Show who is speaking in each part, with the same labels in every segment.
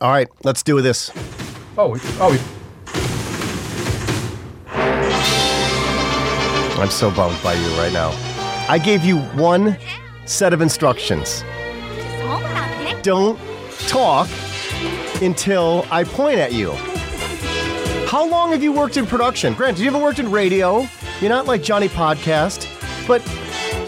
Speaker 1: All right, let's do this.
Speaker 2: Oh, we, oh, we,
Speaker 1: I'm so bummed by you right now. I gave you one set of instructions. Don't talk until I point at you. How long have you worked in production? Grant, you ever worked in radio? You're not like Johnny Podcast, but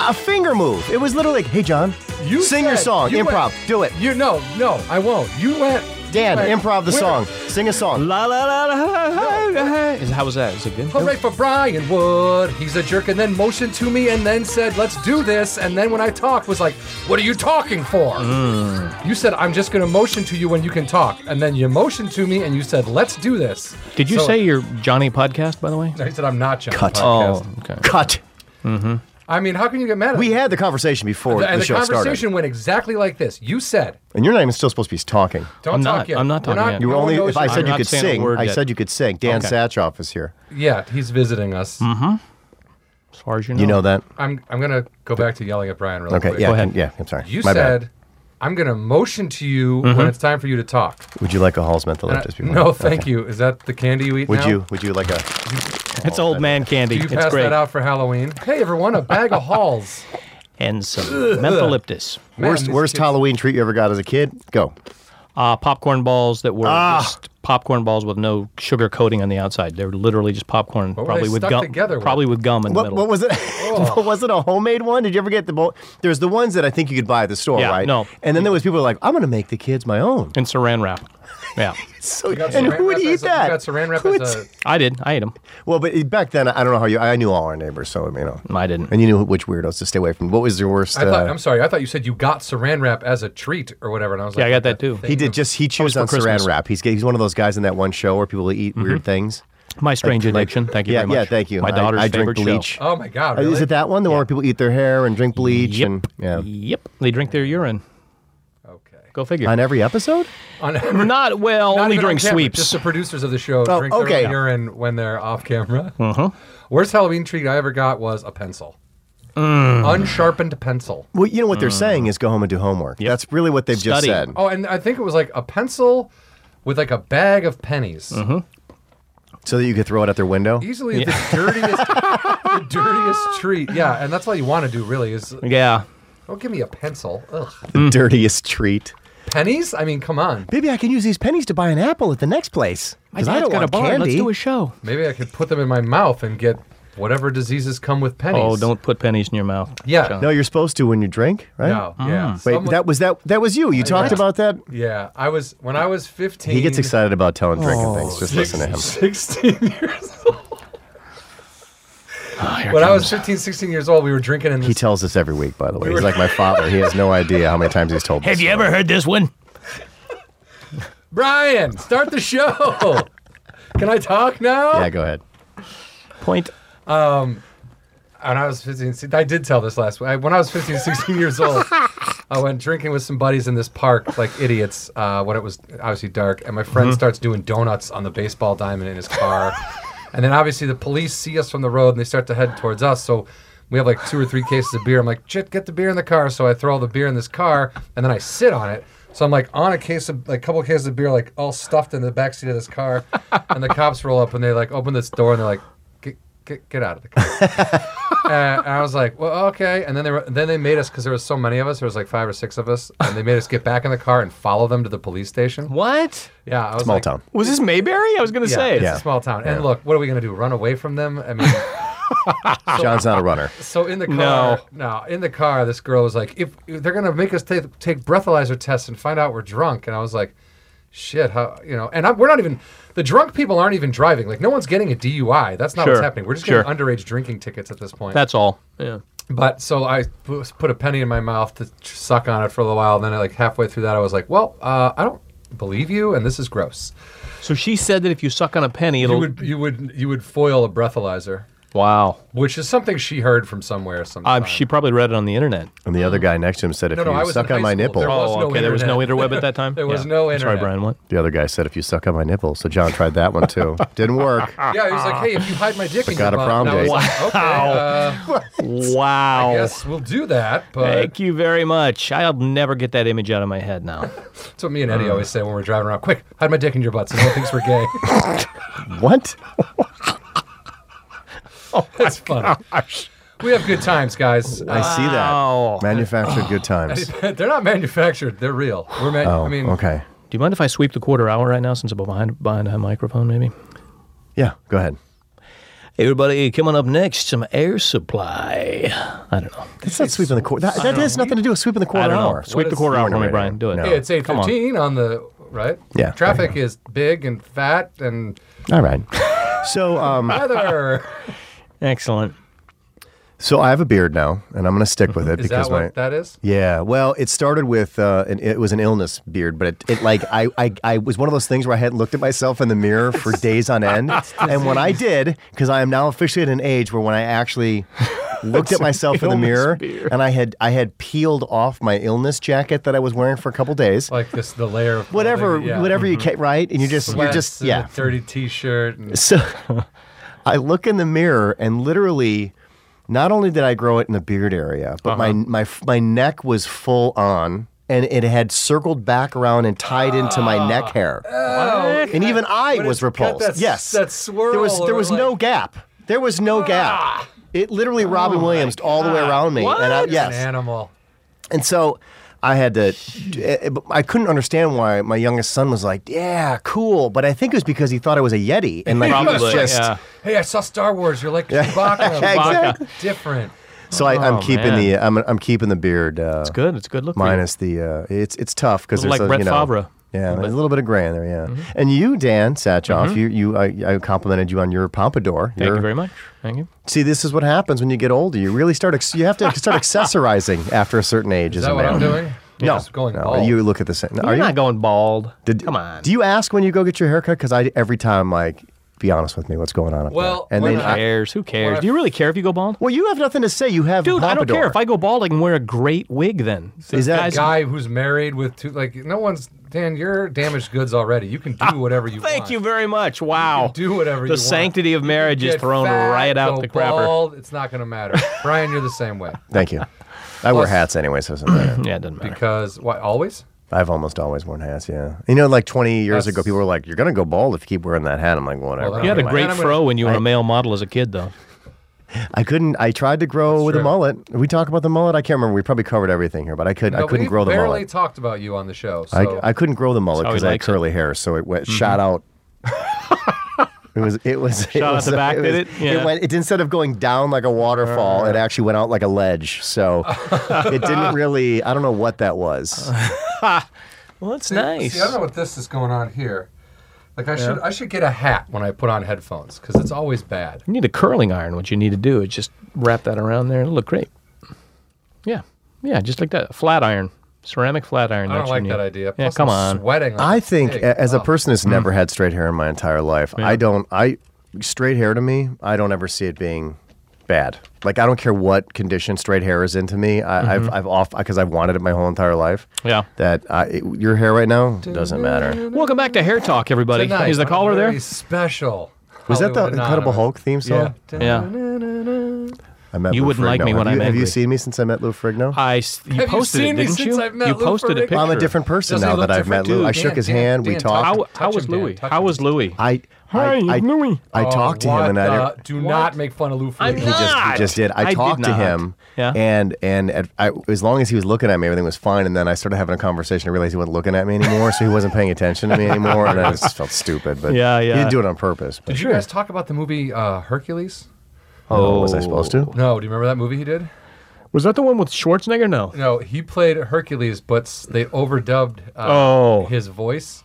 Speaker 1: a finger move. It was literally like, hey, John,
Speaker 2: you
Speaker 1: sing your
Speaker 2: said-
Speaker 1: song,
Speaker 2: you
Speaker 1: improv,
Speaker 2: went-
Speaker 1: do it.
Speaker 2: You no, no, I won't. You went.
Speaker 1: Dan,
Speaker 2: you went-
Speaker 1: improv the
Speaker 2: Where-
Speaker 1: song, sing a song.
Speaker 3: La la la la. la, la, la. Is, how was that? Is it good?
Speaker 2: Hooray for Brian Wood! He's a jerk, and then motioned to me, and then said, "Let's do this." And then when I talked, was like, "What are you talking for?"
Speaker 1: Hmm.
Speaker 2: You said, "I'm just going to motion to you when you can talk," and then you motioned to me, and you said, "Let's do this."
Speaker 3: Did you
Speaker 2: So-
Speaker 3: say your Johnny podcast, by the way?
Speaker 2: I said, "I'm not John."
Speaker 1: Cut.
Speaker 3: Oh, okay.
Speaker 1: Cut.
Speaker 2: I mean, how can you get mad at
Speaker 1: We
Speaker 2: me?
Speaker 1: had the conversation before
Speaker 2: and
Speaker 1: the
Speaker 2: the
Speaker 1: show
Speaker 2: conversation
Speaker 1: started.
Speaker 2: went exactly like this. You said,
Speaker 1: And you're not even still supposed to be talking.
Speaker 2: "Don't
Speaker 3: I'm
Speaker 2: talk
Speaker 3: not-
Speaker 2: yet."
Speaker 3: I'm not
Speaker 2: We're
Speaker 3: talking yet.
Speaker 1: You were
Speaker 2: no one
Speaker 1: only,
Speaker 2: knows
Speaker 1: if I
Speaker 2: you're-
Speaker 1: said
Speaker 3: not
Speaker 1: you could
Speaker 3: saying a
Speaker 1: sing,
Speaker 3: word
Speaker 1: I
Speaker 3: yet.
Speaker 1: said you could sing. Dan
Speaker 3: Okay.
Speaker 1: Satchoff is here.
Speaker 2: yeah, he's visiting us.
Speaker 1: Hmm.
Speaker 3: As far as you know.
Speaker 1: You know that?
Speaker 2: I'm I'm gonna go back to yelling at Brian really
Speaker 1: Okay,
Speaker 2: quick.
Speaker 1: yeah,
Speaker 3: ahead.
Speaker 1: can- yeah, I'm sorry.
Speaker 2: You
Speaker 1: My bad. Mm-hmm.
Speaker 2: said I'm gonna motion to you when it's time for you to talk.
Speaker 1: Would you like a Hall's mental
Speaker 2: And I-
Speaker 1: lift?
Speaker 2: Uh, no, thank you. Is that the candy you eat
Speaker 1: Would
Speaker 2: now?
Speaker 1: you? Would you like a?
Speaker 3: It's old man candy.
Speaker 2: Do you
Speaker 3: it's
Speaker 2: pass
Speaker 3: great.
Speaker 2: that out for Halloween? Hey everyone, a bag of Halls.
Speaker 3: And some mentholyptus.
Speaker 2: Man,
Speaker 1: worst
Speaker 2: these
Speaker 1: worst
Speaker 2: kids-
Speaker 1: Halloween treat you ever got as a kid? Go.
Speaker 3: Uh, popcorn balls that were
Speaker 1: Ah.
Speaker 3: just popcorn balls with no sugar coating on the outside. They were literally just popcorn,
Speaker 2: were
Speaker 3: probably
Speaker 2: they
Speaker 3: with
Speaker 2: stuck
Speaker 3: gum.
Speaker 2: together with?
Speaker 3: Probably with gum in the
Speaker 1: What,
Speaker 3: middle.
Speaker 1: what was it?
Speaker 2: Oh.
Speaker 1: what was it a homemade one? Did you ever get the? Bo- There's the ones that I think you could buy at the store,
Speaker 3: Yeah,
Speaker 1: right?
Speaker 3: no.
Speaker 1: And then there was people who were like, I'm gonna make the kids my own.
Speaker 3: and saran wrap. Yeah,
Speaker 1: So,
Speaker 2: got
Speaker 1: and
Speaker 2: saran
Speaker 1: who would
Speaker 2: wrap
Speaker 1: eat
Speaker 2: as a- you
Speaker 1: that?
Speaker 2: got saran wrap
Speaker 1: Who
Speaker 2: as
Speaker 1: would-
Speaker 2: a-
Speaker 3: I did. I ate them.
Speaker 1: Well, but back then I don't know how you. I knew all our neighbors, so you know.
Speaker 3: I didn't.
Speaker 1: And you knew which weirdos to stay away from. What was your worst?
Speaker 2: I thought,
Speaker 1: uh,
Speaker 2: I'm sorry. I thought you said you got Saran wrap as a treat or whatever, and I was
Speaker 3: Yeah,
Speaker 2: like,
Speaker 3: I got that too.
Speaker 1: he did just he chews
Speaker 3: for
Speaker 1: on
Speaker 3: Christmas. Mm-hmm.
Speaker 1: saran wrap. He's he's one of those guys in that one show where people eat weird things.
Speaker 3: My strange
Speaker 1: Like-
Speaker 3: addiction. thank you
Speaker 1: yeah,
Speaker 3: very much.
Speaker 1: Yeah, thank you.
Speaker 3: My
Speaker 1: I-
Speaker 3: daughter's
Speaker 1: I, drink
Speaker 3: favorite show.
Speaker 1: bleach.
Speaker 2: Oh my god,
Speaker 1: Is
Speaker 2: really?
Speaker 1: it that one? The one where people eat their hair and drink bleach
Speaker 3: Yep.
Speaker 1: and yeah.
Speaker 3: Yep. They drink their urine.
Speaker 2: Okay.
Speaker 3: Go figure.
Speaker 1: On every episode?
Speaker 2: On
Speaker 3: Not well.
Speaker 2: Not
Speaker 3: only
Speaker 2: even on
Speaker 3: during
Speaker 2: camera,
Speaker 3: sweeps.
Speaker 2: Just the producers of the show
Speaker 1: Oh,
Speaker 2: drink their
Speaker 1: okay.
Speaker 2: own urine when they're off camera.
Speaker 3: Uh-huh.
Speaker 2: Worst Halloween treat I ever got was a pencil,
Speaker 3: Mm.
Speaker 2: unsharpened pencil.
Speaker 1: Well, you know what they're saying is go home and do homework. That's really what they've just
Speaker 3: Uh. Study.
Speaker 1: said.
Speaker 2: Oh, and I think it was like a pencil with like a bag of pennies.
Speaker 3: Uh-huh.
Speaker 1: So that you could throw it out their window.
Speaker 2: Easily the dirtiest, the dirtiest treat. Yeah, and that's all you want to do really is
Speaker 3: yeah.
Speaker 2: don't give me a pencil. Ugh.
Speaker 1: The
Speaker 3: Mm.
Speaker 1: dirtiest treat.
Speaker 2: Pennies? I mean, come on.
Speaker 1: Maybe I can use these pennies to buy an apple at the next place. Because I
Speaker 3: dad's
Speaker 1: don't
Speaker 3: got
Speaker 1: want
Speaker 3: a barn.
Speaker 1: candy.
Speaker 3: Let's do a show.
Speaker 2: Maybe I could put them in my mouth and get whatever diseases come with pennies.
Speaker 3: Oh, don't put pennies in your mouth.
Speaker 2: Yeah.
Speaker 3: John.
Speaker 1: no, you're supposed to when you drink, right?
Speaker 2: No. Yeah.
Speaker 1: Wait,
Speaker 2: Someone-
Speaker 1: that was that that was you. You talked about that?
Speaker 2: Yeah, I was when I was 15.
Speaker 1: He gets excited about telling drinking
Speaker 3: Oh,
Speaker 1: things. Just listen to him.
Speaker 2: 16 years old.
Speaker 3: Ah, here it
Speaker 2: When I was
Speaker 3: comes.
Speaker 2: 15, 16 years old, we were drinking in
Speaker 1: He
Speaker 2: this.
Speaker 1: tells us every week, by the way. He's like my father. He has no idea how many times he's told
Speaker 3: Have
Speaker 1: this
Speaker 3: you
Speaker 1: story.
Speaker 3: ever heard this one?
Speaker 2: Brian, start the show. Can I talk now?
Speaker 1: Yeah, go ahead.
Speaker 3: Point.
Speaker 2: When I was 15, see, I did tell this last week. I- When I was 15, 16 years old, I went drinking with some buddies in this park like idiots uh, when it was obviously dark. And my friend
Speaker 1: Mm-hmm.
Speaker 2: starts doing donuts on the baseball diamond in his car. and then obviously the police see us from the road and they start to head towards us. So we have like two or three cases of beer. I'm like, shit, get the beer in the car. So I throw all the beer in this car and then I sit on it. So I'm like on a case of like a couple of cases of beer, like all stuffed in the backseat of this car. and the cops roll up and they like open this door and they're like, get, get, get out of the car uh, and I was like, well, okay. And then they were, then they made us because there was so many of us. There was like five or six of us, and they made us get back in the car and follow them to the police station.
Speaker 3: What?
Speaker 2: Yeah, I was
Speaker 1: Small
Speaker 2: like,
Speaker 1: town.
Speaker 3: Was this Mayberry? I was going to
Speaker 2: Yeah,
Speaker 3: say.
Speaker 2: it's
Speaker 1: Yeah.
Speaker 2: a small town. And look, what are we gonna do? Run away from them? I mean,
Speaker 3: Ah.
Speaker 1: John's not a runner.
Speaker 2: so in the car,
Speaker 3: No.
Speaker 2: in the car, this girl was like, if, if they're gonna make us take take breathalyzer tests and find out we're drunk, and I was like. Shit, how you know? And I'm, we're not even the drunk people aren't even driving. Like no one's getting a DUI. That's not what's
Speaker 3: Sure,
Speaker 2: happening. We're just
Speaker 3: sure.
Speaker 2: getting underage drinking tickets at this point.
Speaker 3: That's all. Yeah.
Speaker 2: But so I pu- put a penny in my mouth to tr- suck on it for a little while. And then, like halfway through that, I was like, "Well, uh, I don't believe you, and this is gross."
Speaker 3: So she said that if you suck on a penny, it'll.
Speaker 2: You would, you would, you would foil a breathalyzer.
Speaker 3: Wow.
Speaker 2: which is something she heard from somewhere. Sometime.
Speaker 3: Um, she probably read it on the internet.
Speaker 1: And the other guy next to him said, if
Speaker 2: No, no, I
Speaker 1: you
Speaker 2: was
Speaker 1: suck
Speaker 2: in
Speaker 1: on
Speaker 2: high
Speaker 1: my
Speaker 2: school.
Speaker 1: nipple.
Speaker 2: There was
Speaker 3: oh,
Speaker 2: no
Speaker 3: okay. There was no
Speaker 2: internet.
Speaker 3: interweb at that time.
Speaker 2: There was no
Speaker 3: I'm Sorry,
Speaker 2: internet.
Speaker 3: Brian. What?
Speaker 1: The other guy said, if you suck on my nipple. So John tried that one too. Didn't work.
Speaker 2: yeah, he was like, "Hey, if you hide my dick, in your
Speaker 1: got a
Speaker 2: butt,"
Speaker 1: prom
Speaker 2: and I was
Speaker 1: date.
Speaker 2: like, okay, uh,
Speaker 3: Wow.
Speaker 2: yes, we'll do that. But
Speaker 3: Oh. Thank you very much. I'll never get that image out of my head now.
Speaker 2: that's what me and Eddie always say when we're driving around. Quick, hide my dick in your butt. So no one thinks we're gay.
Speaker 3: Oh
Speaker 1: What?
Speaker 2: That's funny. We have good times, guys. Uh,
Speaker 1: I see
Speaker 3: Wow.
Speaker 1: that. Manufactured good times.
Speaker 2: They're not manufactured. They're real. We're man-
Speaker 1: Oh,
Speaker 2: I mean,
Speaker 1: okay.
Speaker 3: Do you mind if I sweep the quarter hour right now since I'm behind behind a microphone, maybe?
Speaker 1: Yeah, go ahead.
Speaker 3: Hey, everybody, coming up next, some air supply. I don't know.
Speaker 1: That's not sweeping the quarter. That, that has nothing to do with sweeping the
Speaker 3: I
Speaker 1: quarter
Speaker 3: don't know.
Speaker 1: hour.
Speaker 3: Sweep
Speaker 2: What
Speaker 3: the
Speaker 2: is-
Speaker 3: quarter hour for me,
Speaker 1: Morning,
Speaker 3: Brian.
Speaker 1: right?
Speaker 3: Do it.
Speaker 1: No.
Speaker 2: hey, it's eight
Speaker 3: Come on.
Speaker 2: fifteen on the right.
Speaker 1: Yeah, there
Speaker 2: traffic is big and fat and
Speaker 1: All right. So, um,
Speaker 2: weather.
Speaker 3: Excellent.
Speaker 1: so I have a beard now, and I'm going to stick with it
Speaker 2: is
Speaker 1: because
Speaker 2: that
Speaker 1: my
Speaker 2: what that is?
Speaker 1: yeah. Well, it started with uh, an, it was an illness beard, but it, it like I, I I was one of those things where I hadn't looked at myself in the mirror for days on end, and when I did, because I am now officially at an age where when I actually looked at myself in the
Speaker 3: illness
Speaker 1: mirror,
Speaker 3: beard.
Speaker 1: and I had I had peeled off my illness jacket that I was wearing for a couple days.
Speaker 2: Like this, the layer of
Speaker 1: Whatever,
Speaker 2: clothing, yeah.
Speaker 1: whatever you can, right? And you're just, you're
Speaker 2: Sweats
Speaker 1: just,
Speaker 2: and
Speaker 1: yeah,
Speaker 2: a dirty T-shirt. And
Speaker 1: So I look in the mirror and literally, not only did I grow it in the beard area, but
Speaker 2: Uh-huh.
Speaker 1: my my my neck was full on, and it had circled back around and tied into
Speaker 2: Ah.
Speaker 1: my neck hair, and even I
Speaker 2: But
Speaker 1: was
Speaker 2: it's got
Speaker 1: repulsed.
Speaker 2: that s-
Speaker 1: yes,
Speaker 2: that swirl
Speaker 1: There was there
Speaker 2: or
Speaker 1: was no
Speaker 2: like- Ah. Oh
Speaker 1: gap. There was no gap. It literally Robin Williams all the way around me, and I,
Speaker 2: It's
Speaker 1: yes,
Speaker 2: an animal.
Speaker 1: and so I had to, eh, I couldn't understand why my youngest son was like, yeah, cool. But I think it was because he thought I was a Yeti. And like, he was
Speaker 3: Probably.
Speaker 1: just,
Speaker 3: yeah.
Speaker 2: Hey, I saw Star Wars. You're like Chewbacca.
Speaker 1: Exactly.
Speaker 2: Different.
Speaker 1: so I, I'm keeping
Speaker 3: Oh, man.
Speaker 1: the, I'm, I'm keeping the beard. Uh, it's
Speaker 3: Good. It's a good look. for you.
Speaker 1: Minus the, uh, it's, it's tough because
Speaker 3: Little
Speaker 1: there's
Speaker 3: like
Speaker 1: a,
Speaker 3: Brett
Speaker 1: you know,
Speaker 3: Favre. Mm-hmm.
Speaker 1: Yeah, there's a little bit of gray in there, yeah. And you, Dan Satchoff, you, you, I, I complimented you on your pompadour.
Speaker 3: Thank
Speaker 1: Your-
Speaker 3: you very much. Thank you.
Speaker 1: See, this is what happens when you get older. You really start, ex- you have to start accessorizing after a certain age.
Speaker 2: Is
Speaker 1: as a
Speaker 2: that what
Speaker 1: man.
Speaker 2: I'm doing?
Speaker 1: No,
Speaker 2: Just going oh,
Speaker 1: no,
Speaker 2: bald.
Speaker 1: you look at the same.
Speaker 3: You're
Speaker 1: are you?
Speaker 3: not going bald.
Speaker 1: Did,
Speaker 3: Come on.
Speaker 1: Do you ask when you go get your haircut? Because I every time like, be honest with me, what's going on? Up
Speaker 2: Well,
Speaker 1: there? and
Speaker 2: when
Speaker 1: then
Speaker 3: Who
Speaker 2: I-
Speaker 1: I,
Speaker 3: cares? Who cares? Do you really care if you go bald?
Speaker 1: well, you have nothing to say. You have
Speaker 3: Dude, I don't
Speaker 1: pompadour.
Speaker 3: care. If I go bald, I can wear a great wig then.
Speaker 1: Is that-
Speaker 3: Guys-
Speaker 2: guy who's married with two. Like no one's. Dan, you're damaged goods already. You can do whatever you
Speaker 3: Thank
Speaker 2: want.
Speaker 3: you very much. Wow.
Speaker 2: do whatever
Speaker 3: the
Speaker 2: you want.
Speaker 3: sanctity of marriage is
Speaker 2: Get
Speaker 3: thrown
Speaker 2: fat,
Speaker 3: right out
Speaker 2: go
Speaker 3: the crapper.
Speaker 2: bald, It's not going to matter. Brian, you're the same way
Speaker 1: Thank you. I wear hats anyway, so it doesn't matter.
Speaker 3: Yeah, it doesn't matter.
Speaker 2: because why? Always.
Speaker 1: I've almost always worn hats. Yeah, you know, like 20 years
Speaker 2: That's-
Speaker 1: ago, people were like, "You're gonna go bald if you keep wearing that hat." I'm like, whatever.
Speaker 2: Well,
Speaker 3: You had a
Speaker 2: Man,
Speaker 3: great
Speaker 2: I'm gonna-
Speaker 3: fro when you were a male model as a kid, though.
Speaker 1: I couldn't. I tried to grow with a
Speaker 2: true.
Speaker 1: mullet. We talk about the mullet. I can't remember. We probably covered everything here, but I could. I
Speaker 2: No,
Speaker 1: couldn't
Speaker 2: we
Speaker 1: grow the
Speaker 2: barely
Speaker 1: mullet.
Speaker 2: talked about you on the show. So.
Speaker 1: I, I couldn't grow the mullet
Speaker 3: That's how he
Speaker 1: because I had
Speaker 3: likes it. Mm-hmm.
Speaker 1: curly hair, so it went shot out. it was it was it
Speaker 3: Shot out
Speaker 1: was,
Speaker 3: the back, did
Speaker 1: was-
Speaker 3: it? Yeah.
Speaker 1: went it instead of going down like a waterfall, it actually went out like a ledge. So it didn't really. I don't know what that was.
Speaker 3: Well, that's
Speaker 2: See,
Speaker 3: nice.
Speaker 2: I don't know what this is going on here. Like I should, I should get a hat when I put on headphones because it's always bad.
Speaker 3: You need a curling iron. What you need to do is just wrap that around there. It'll look great. Yeah. Yeah, just like that. A flat iron. Ceramic flat iron.
Speaker 2: I don't
Speaker 3: that's
Speaker 2: like
Speaker 3: you
Speaker 2: that
Speaker 3: need.
Speaker 2: idea.
Speaker 3: Yeah,
Speaker 2: Plus,
Speaker 3: come
Speaker 2: I'm
Speaker 3: on.
Speaker 2: Sweating. like
Speaker 1: I think
Speaker 2: pig.
Speaker 1: a- as a
Speaker 2: Oh.
Speaker 1: person that's never had straight hair in my entire life, I don't. I straight hair to me, I don't ever see it being bad. Like I don't care what condition straight hair is into me. I, I've
Speaker 2: Mm-hmm.
Speaker 1: I've off because I've wanted it my whole entire life.
Speaker 3: Yeah.
Speaker 1: That I, it- your hair right now doesn't matter.
Speaker 3: Welcome back to Hair Talk, everybody.
Speaker 2: Tonight
Speaker 3: Is the
Speaker 2: on a
Speaker 3: caller
Speaker 2: very
Speaker 3: there?
Speaker 2: Special.
Speaker 1: Was that the
Speaker 2: Hollywood
Speaker 1: Incredible
Speaker 2: Anonymous.
Speaker 1: Hulk theme song?
Speaker 2: Yeah.
Speaker 1: I met
Speaker 3: You
Speaker 1: Lou
Speaker 3: wouldn't like
Speaker 1: Ferrigno.
Speaker 3: me
Speaker 1: Have
Speaker 3: when
Speaker 1: you-
Speaker 3: I'm
Speaker 1: Have you
Speaker 3: angry.
Speaker 1: seen me since I met Lou Frigno?
Speaker 3: I s- you
Speaker 2: Have you
Speaker 3: posted
Speaker 2: seen
Speaker 3: it,
Speaker 2: me
Speaker 3: didn't
Speaker 2: since
Speaker 3: you?
Speaker 2: I've met
Speaker 3: you
Speaker 2: Lou
Speaker 3: posted a
Speaker 2: Ferrigno?
Speaker 3: picture.
Speaker 1: I'm a different person
Speaker 2: Doesn't he
Speaker 1: now
Speaker 2: look
Speaker 1: that I've met
Speaker 2: different?
Speaker 1: Lou. I
Speaker 2: Dude,
Speaker 1: shook
Speaker 2: Dan-
Speaker 1: his
Speaker 2: Dan-
Speaker 1: hand. we
Speaker 2: Dan,
Speaker 1: talked.
Speaker 3: How, how
Speaker 2: Touch
Speaker 3: was
Speaker 2: him, Dan.
Speaker 3: Louis?
Speaker 2: Touch
Speaker 3: How
Speaker 2: him.
Speaker 3: was Louis?
Speaker 1: I,
Speaker 3: Hi,
Speaker 1: I, I,
Speaker 3: Louis.
Speaker 1: I
Speaker 2: Oh,
Speaker 1: talked to
Speaker 2: what
Speaker 1: him and I
Speaker 2: the-
Speaker 1: didn't.
Speaker 2: Do not make fun of Lou.
Speaker 3: I'm
Speaker 2: Ferrigno.
Speaker 1: He just, he
Speaker 3: not.
Speaker 1: just did. I,
Speaker 3: I did
Speaker 1: talked to
Speaker 3: not.
Speaker 1: him,
Speaker 3: Yeah.
Speaker 1: and and at, I, as long as he was looking at me, everything was fine. And then I started having a conversation. I realized he wasn't looking at me anymore, so he wasn't paying attention to me anymore, and I just felt stupid. But
Speaker 3: Yeah,
Speaker 1: he
Speaker 3: yeah.
Speaker 1: didn't do it on purpose. But
Speaker 2: Did you guys talk about the movie uh, Hercules?
Speaker 1: oh, was I supposed to?
Speaker 2: No, do you remember that movie he did?
Speaker 3: Was that the one with Schwarzenegger? No.
Speaker 2: No, he played Hercules, but s- they overdubbed uh,
Speaker 3: Oh.
Speaker 2: his voice.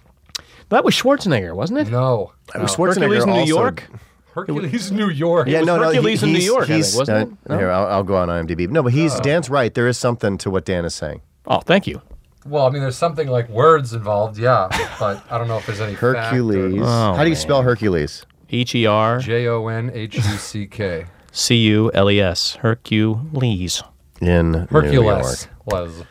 Speaker 3: That was Schwarzenegger, wasn't it?
Speaker 2: No, no.
Speaker 1: Schwarzenegger
Speaker 3: Hercules in New
Speaker 1: also-
Speaker 3: York?
Speaker 2: Hercules, New York.
Speaker 1: Yeah,
Speaker 3: was
Speaker 1: no,
Speaker 3: Hercules
Speaker 1: no,
Speaker 3: in
Speaker 1: he,
Speaker 3: New
Speaker 1: he's-
Speaker 3: York, I think,
Speaker 1: He's,
Speaker 3: wasn't it?
Speaker 1: uh,
Speaker 3: No?
Speaker 1: Here, I'll, I'll go on IMDb. No, but he's Dan's right. There is something to what Dan is saying.
Speaker 3: Oh, thank you.
Speaker 2: Well, I mean, there's something like words involved, yeah, but I don't know if there's any fact or-
Speaker 3: Oh,
Speaker 1: Hercules. How do you spell Hercules?
Speaker 3: H E R.
Speaker 2: J O N H U C K.
Speaker 3: E C U L E S. Hercules.
Speaker 1: in New York.
Speaker 2: Hercules was.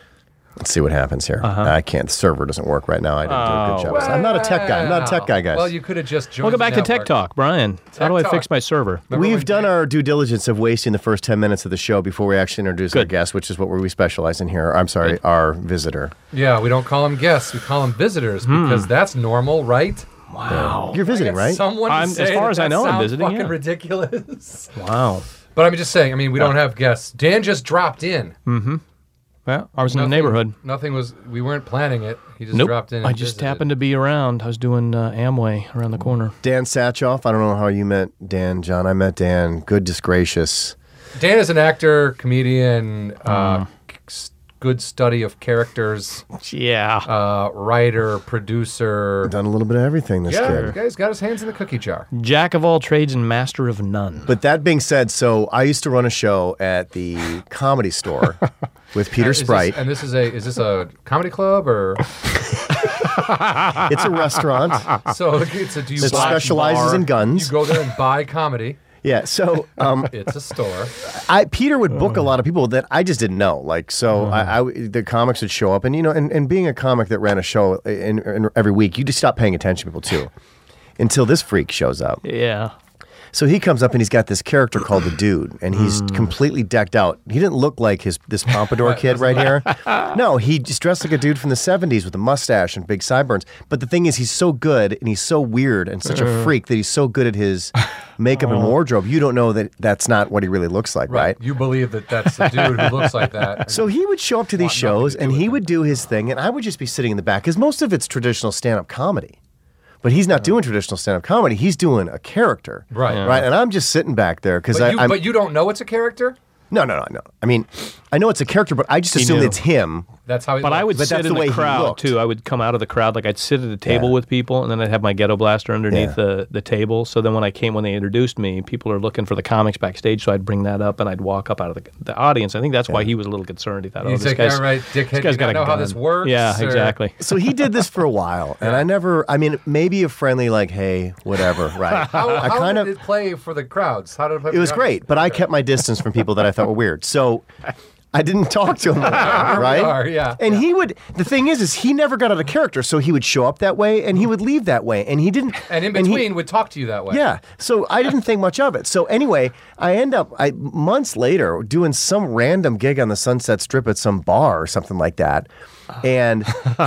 Speaker 1: Let's see what happens here. I can't. The server doesn't work right now. I didn't do a good job.
Speaker 3: Uh-huh. Oh,
Speaker 1: I'm not a tech guy. I'm not a tech guy, guys.
Speaker 2: Well, you could have just joined.
Speaker 3: Welcome
Speaker 2: the
Speaker 3: back to Tech
Speaker 2: network.
Speaker 3: Talk, Brian. How
Speaker 2: Tech
Speaker 3: do I
Speaker 2: Talk.
Speaker 3: fix my server?
Speaker 2: Remember
Speaker 1: We've
Speaker 2: when-
Speaker 1: done our due diligence of wasting the first 10 minutes of the show before we actually introduce our
Speaker 3: Good.
Speaker 1: guest, which is what we specialize in here. I'm sorry, our visitor.
Speaker 2: Yeah, we don't call them guests. We call them visitors
Speaker 3: Hmm.
Speaker 2: because that's normal, right?
Speaker 3: Wow.
Speaker 1: You're visiting, right?
Speaker 2: Someone to
Speaker 3: I'm- as
Speaker 2: say
Speaker 3: far
Speaker 2: that
Speaker 3: as I
Speaker 2: that
Speaker 3: know, I'm
Speaker 2: sounds
Speaker 3: visiting,
Speaker 2: Fucking
Speaker 3: yeah.
Speaker 2: ridiculous.
Speaker 3: Wow.
Speaker 2: But I'm just saying. I mean, we don't have guests. Dan just dropped in.
Speaker 3: Well, I was in the
Speaker 2: Nothing-
Speaker 3: Mm, neighborhood.
Speaker 2: Nothing was. We weren't planning it. He just
Speaker 3: Nope.
Speaker 2: dropped in. and
Speaker 3: I just
Speaker 2: visited.
Speaker 3: happened to be around. I was doing uh, Amway around the corner.
Speaker 1: Dan Satchoff. I don't know how you met Dan, John. I met Dan. Good, disgracious.
Speaker 2: Dan is an actor, comedian, uh,
Speaker 3: Mm.
Speaker 2: c- good study of characters,
Speaker 3: Yeah.
Speaker 2: uh, writer, producer.
Speaker 1: Done a little bit of everything, this
Speaker 2: Yeah,
Speaker 1: kid.
Speaker 2: the guy's got his hands in the cookie jar.
Speaker 3: Jack of all trades and master of none.
Speaker 2: Uh,
Speaker 1: But that being said, so I used to run a show at the comedy store with Peter
Speaker 2: Is this-
Speaker 1: Sprite.
Speaker 2: and this is a is this a comedy club or
Speaker 1: It's a restaurant
Speaker 2: so it's a do you
Speaker 1: that
Speaker 2: buy
Speaker 1: specializes in
Speaker 2: you
Speaker 1: guns.
Speaker 2: go there and buy comedy.
Speaker 1: Yeah, so um,
Speaker 2: It's a store.
Speaker 1: I Peter would book a lot of people that I just didn't know. Like so, I I w the comics would show up, and you know, and, and being a comic that ran a show in, in every week, you just stop paying attention to people too, until this freak shows up.
Speaker 3: yeah.
Speaker 1: So he comes up and he's got this character called the Dude, and he's completely decked out. He didn't look like his this pompadour kid right here. No, he just dressed like a dude from the '70s with a mustache and big sideburns. But the thing is, he's so good and he's so weird and such a freak that he's so good at his makeup and wardrobe. You don't know that that's not what he really looks like, right?
Speaker 2: You believe that that's the dude who looks like that.
Speaker 1: So he would show up to these
Speaker 2: Want nothing
Speaker 1: shows
Speaker 2: to do
Speaker 1: and
Speaker 2: with
Speaker 1: he
Speaker 2: it.
Speaker 1: would do his thing, and I would just be sitting in the back because most of it's traditional stand up comedy. But he's not doing traditional stand up comedy. He's doing a character.
Speaker 2: Right. Yeah.
Speaker 1: Right. And I'm just sitting back there because
Speaker 2: but, you,
Speaker 1: I'm.
Speaker 2: but you don't know it's a character.
Speaker 1: no, no, no, no. I mean, I know it's a character, but I just
Speaker 3: He
Speaker 1: assume
Speaker 3: knew.
Speaker 1: it's him.
Speaker 2: That's how. He
Speaker 3: But I would
Speaker 2: looks.
Speaker 1: But
Speaker 3: sit
Speaker 1: that's
Speaker 3: in
Speaker 1: the way
Speaker 3: the
Speaker 1: he
Speaker 3: crowd
Speaker 1: looked.
Speaker 3: too. I would come out of the crowd like I'd sit at a table with people, and then I'd have my ghetto blaster underneath
Speaker 1: Yeah.
Speaker 3: the, the table. So then when I came, when they introduced me, people are looking for the comics backstage. So I'd bring that up and I'd walk up out of the, the audience. I think that's why he was a little concerned. He thought, "Oh,
Speaker 2: He's
Speaker 3: this
Speaker 2: like,
Speaker 3: guy's
Speaker 2: "All right, dickhead,
Speaker 3: this guy's
Speaker 2: you
Speaker 3: got
Speaker 2: don't
Speaker 3: a
Speaker 2: know how
Speaker 3: gun."
Speaker 2: this works,
Speaker 3: Yeah,
Speaker 2: or-
Speaker 3: exactly.
Speaker 1: So he did this for a while, and I never. I mean, maybe a friendly like, "Hey, whatever." Right.
Speaker 2: How,
Speaker 1: I
Speaker 2: how
Speaker 1: kind
Speaker 2: did
Speaker 1: of.
Speaker 2: it play for the crowds? How did it play?
Speaker 1: It was great, but I kept my distance from people that I thought were weird. So I didn't talk to him, right?
Speaker 2: are, yeah.
Speaker 1: And he would. The thing is, is he never got out of character, so he would show up that way and he would leave that way, and he didn't.
Speaker 2: And in
Speaker 1: he-
Speaker 2: between, would talk to you that way.
Speaker 1: yeah. So I didn't think much of it. So anyway, I end up I months later doing some random gig on the Sunset Strip at some bar or something like that. And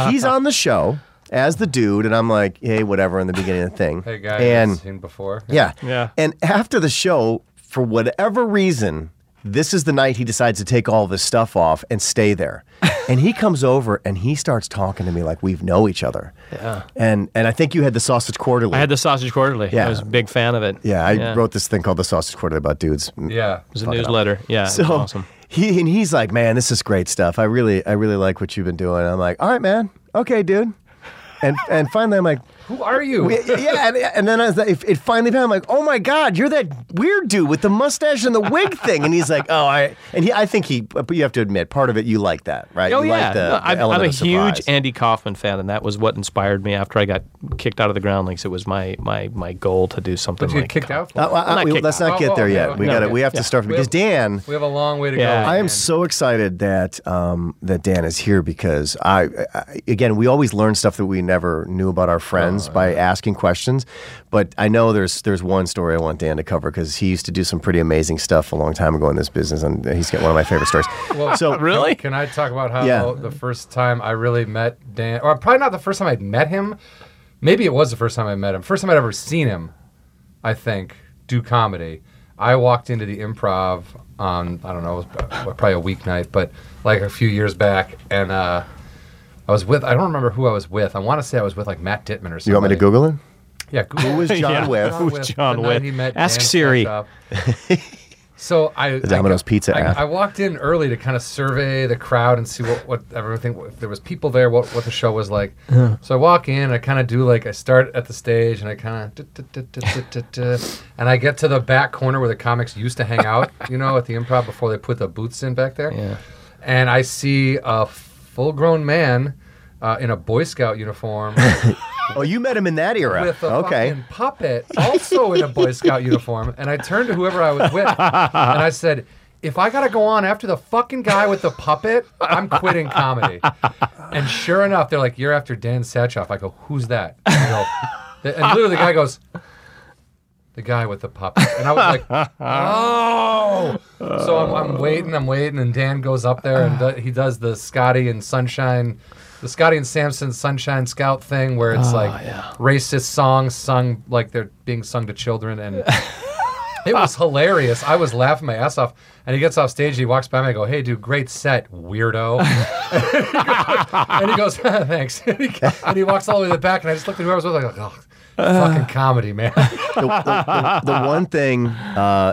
Speaker 1: he's on the show as the dude and I'm like, "Hey, whatever" in the beginning of the thing.
Speaker 2: Hey guys,
Speaker 1: And
Speaker 2: seen before.
Speaker 1: yeah.
Speaker 3: Yeah.
Speaker 1: And after the show, for whatever reason, this is the night he decides to take all of his stuff off and stay there. and he comes over and he starts talking to me like we know each other. Yeah. And and I think you had the sausage quarterly.
Speaker 3: I had the Sausage Quarterly.
Speaker 1: Yeah.
Speaker 3: I was a big fan of it.
Speaker 1: yeah, I wrote this thing called the sausage quarterly about dudes.
Speaker 2: Yeah.
Speaker 3: It was a newsletter. Yeah, it was
Speaker 1: So
Speaker 3: awesome.
Speaker 1: he and he's like, "Man, this is great stuff. I really I really like what you've been doing." I'm like, "All right, man. Okay, dude." And and finally I'm like,
Speaker 2: Who are you?
Speaker 1: yeah, yeah, and, and then I was like, it, it finally found. I'm like, oh my god, you're that weird dude with the mustache and the wig thing. And he's like, oh, I and he, I think he, but you have to admit, part of it, you like that, right?
Speaker 3: Oh
Speaker 1: you
Speaker 3: yeah,
Speaker 1: like the,
Speaker 3: No,
Speaker 1: the
Speaker 3: I'm,
Speaker 1: element
Speaker 3: I'm a
Speaker 1: of surprise.
Speaker 3: huge Andy Kaufman fan, and that was what inspired me after I got kicked out of the Ground Links. It was my my my goal to do something.
Speaker 2: Did you
Speaker 3: like
Speaker 2: get kicked out?
Speaker 1: Uh,
Speaker 2: For?
Speaker 1: uh, uh,
Speaker 3: I'm not
Speaker 1: we-
Speaker 3: kicked
Speaker 1: let's not
Speaker 2: out.
Speaker 1: get
Speaker 2: Oh,
Speaker 1: there
Speaker 2: oh,
Speaker 1: yet.
Speaker 2: okay,
Speaker 1: we
Speaker 2: okay.
Speaker 1: got to. We have
Speaker 3: Yeah.
Speaker 1: to start from- because Dan.
Speaker 2: We have a long way to
Speaker 3: Yeah.
Speaker 2: go.
Speaker 1: I am
Speaker 2: man.
Speaker 1: so excited that um, that Dan is here because I, I again we always learn stuff that we never knew about our friends
Speaker 2: Oh,
Speaker 1: by asking questions, but I know there's there's one story I want Dan to cover because he used to do some pretty amazing stuff a long time ago in this business and he's got one of my favorite stories.
Speaker 2: Well,
Speaker 1: so
Speaker 3: Really?
Speaker 2: Can I talk about how
Speaker 1: Yeah.
Speaker 2: the first time I really met Dan, or probably not the first time I met him. Maybe it was the first time I met him. First time I'd ever seen him, I think, do comedy. I walked into the improv on, I don't know, it was prob- probably a weeknight, but like a few years back. And uh, I was with, I don't remember who I was with. I want to say I was with like Matt Dittman or something.
Speaker 1: you want me to Google it?
Speaker 2: Yeah, Google.
Speaker 1: Who was John
Speaker 3: Yeah.
Speaker 1: Whiff?
Speaker 3: Who was John
Speaker 2: the night
Speaker 3: Whiff?
Speaker 2: he met
Speaker 3: Ask
Speaker 2: Dan
Speaker 3: Siri.
Speaker 2: Seinfeld. so I the
Speaker 1: Domino's Pizza
Speaker 2: I,
Speaker 1: app.
Speaker 2: I walked in early to kind of survey the crowd and see what what everything if there was people there, what what the show was like.
Speaker 3: Uh-huh.
Speaker 2: So I walk in, I kind of do like I start at the stage and I kind of and I get to the back corner where the comics used to hang out, you know, at the improv before they put the booths in back there
Speaker 3: Yeah.
Speaker 2: and I see a full grown man uh, in a Boy Scout uniform
Speaker 1: Oh, you met him in that era.
Speaker 2: with a
Speaker 1: okay.
Speaker 2: fucking puppet, also in a Boy Scout uniform. And I turned to whoever I was with and I said, if I gotta go on after the fucking guy with the puppet, I'm quitting comedy. And sure enough, they're like, "You're after Dan Satchoff." I go, "Who's that?" And, I go, and literally, the guy goes, "The guy with the puppet." And I was like, "Oh!" So I'm, I'm waiting, I'm waiting, and Dan goes up there and do, he does the Scotty and Sunshine, the Scotty and Samson Sunshine Scout thing, where it's like racist songs sung like they're being sung to children, and it was hilarious. I was laughing my ass off. And he gets off stage, he walks by me, I go, Hey, dude, great set, weirdo. and he goes, Thanks. and, he, and he walks all the way to the back, and I just looked at whoever I was with, like, Oh, fucking comedy, man.
Speaker 1: the, the- the- the one thing uh,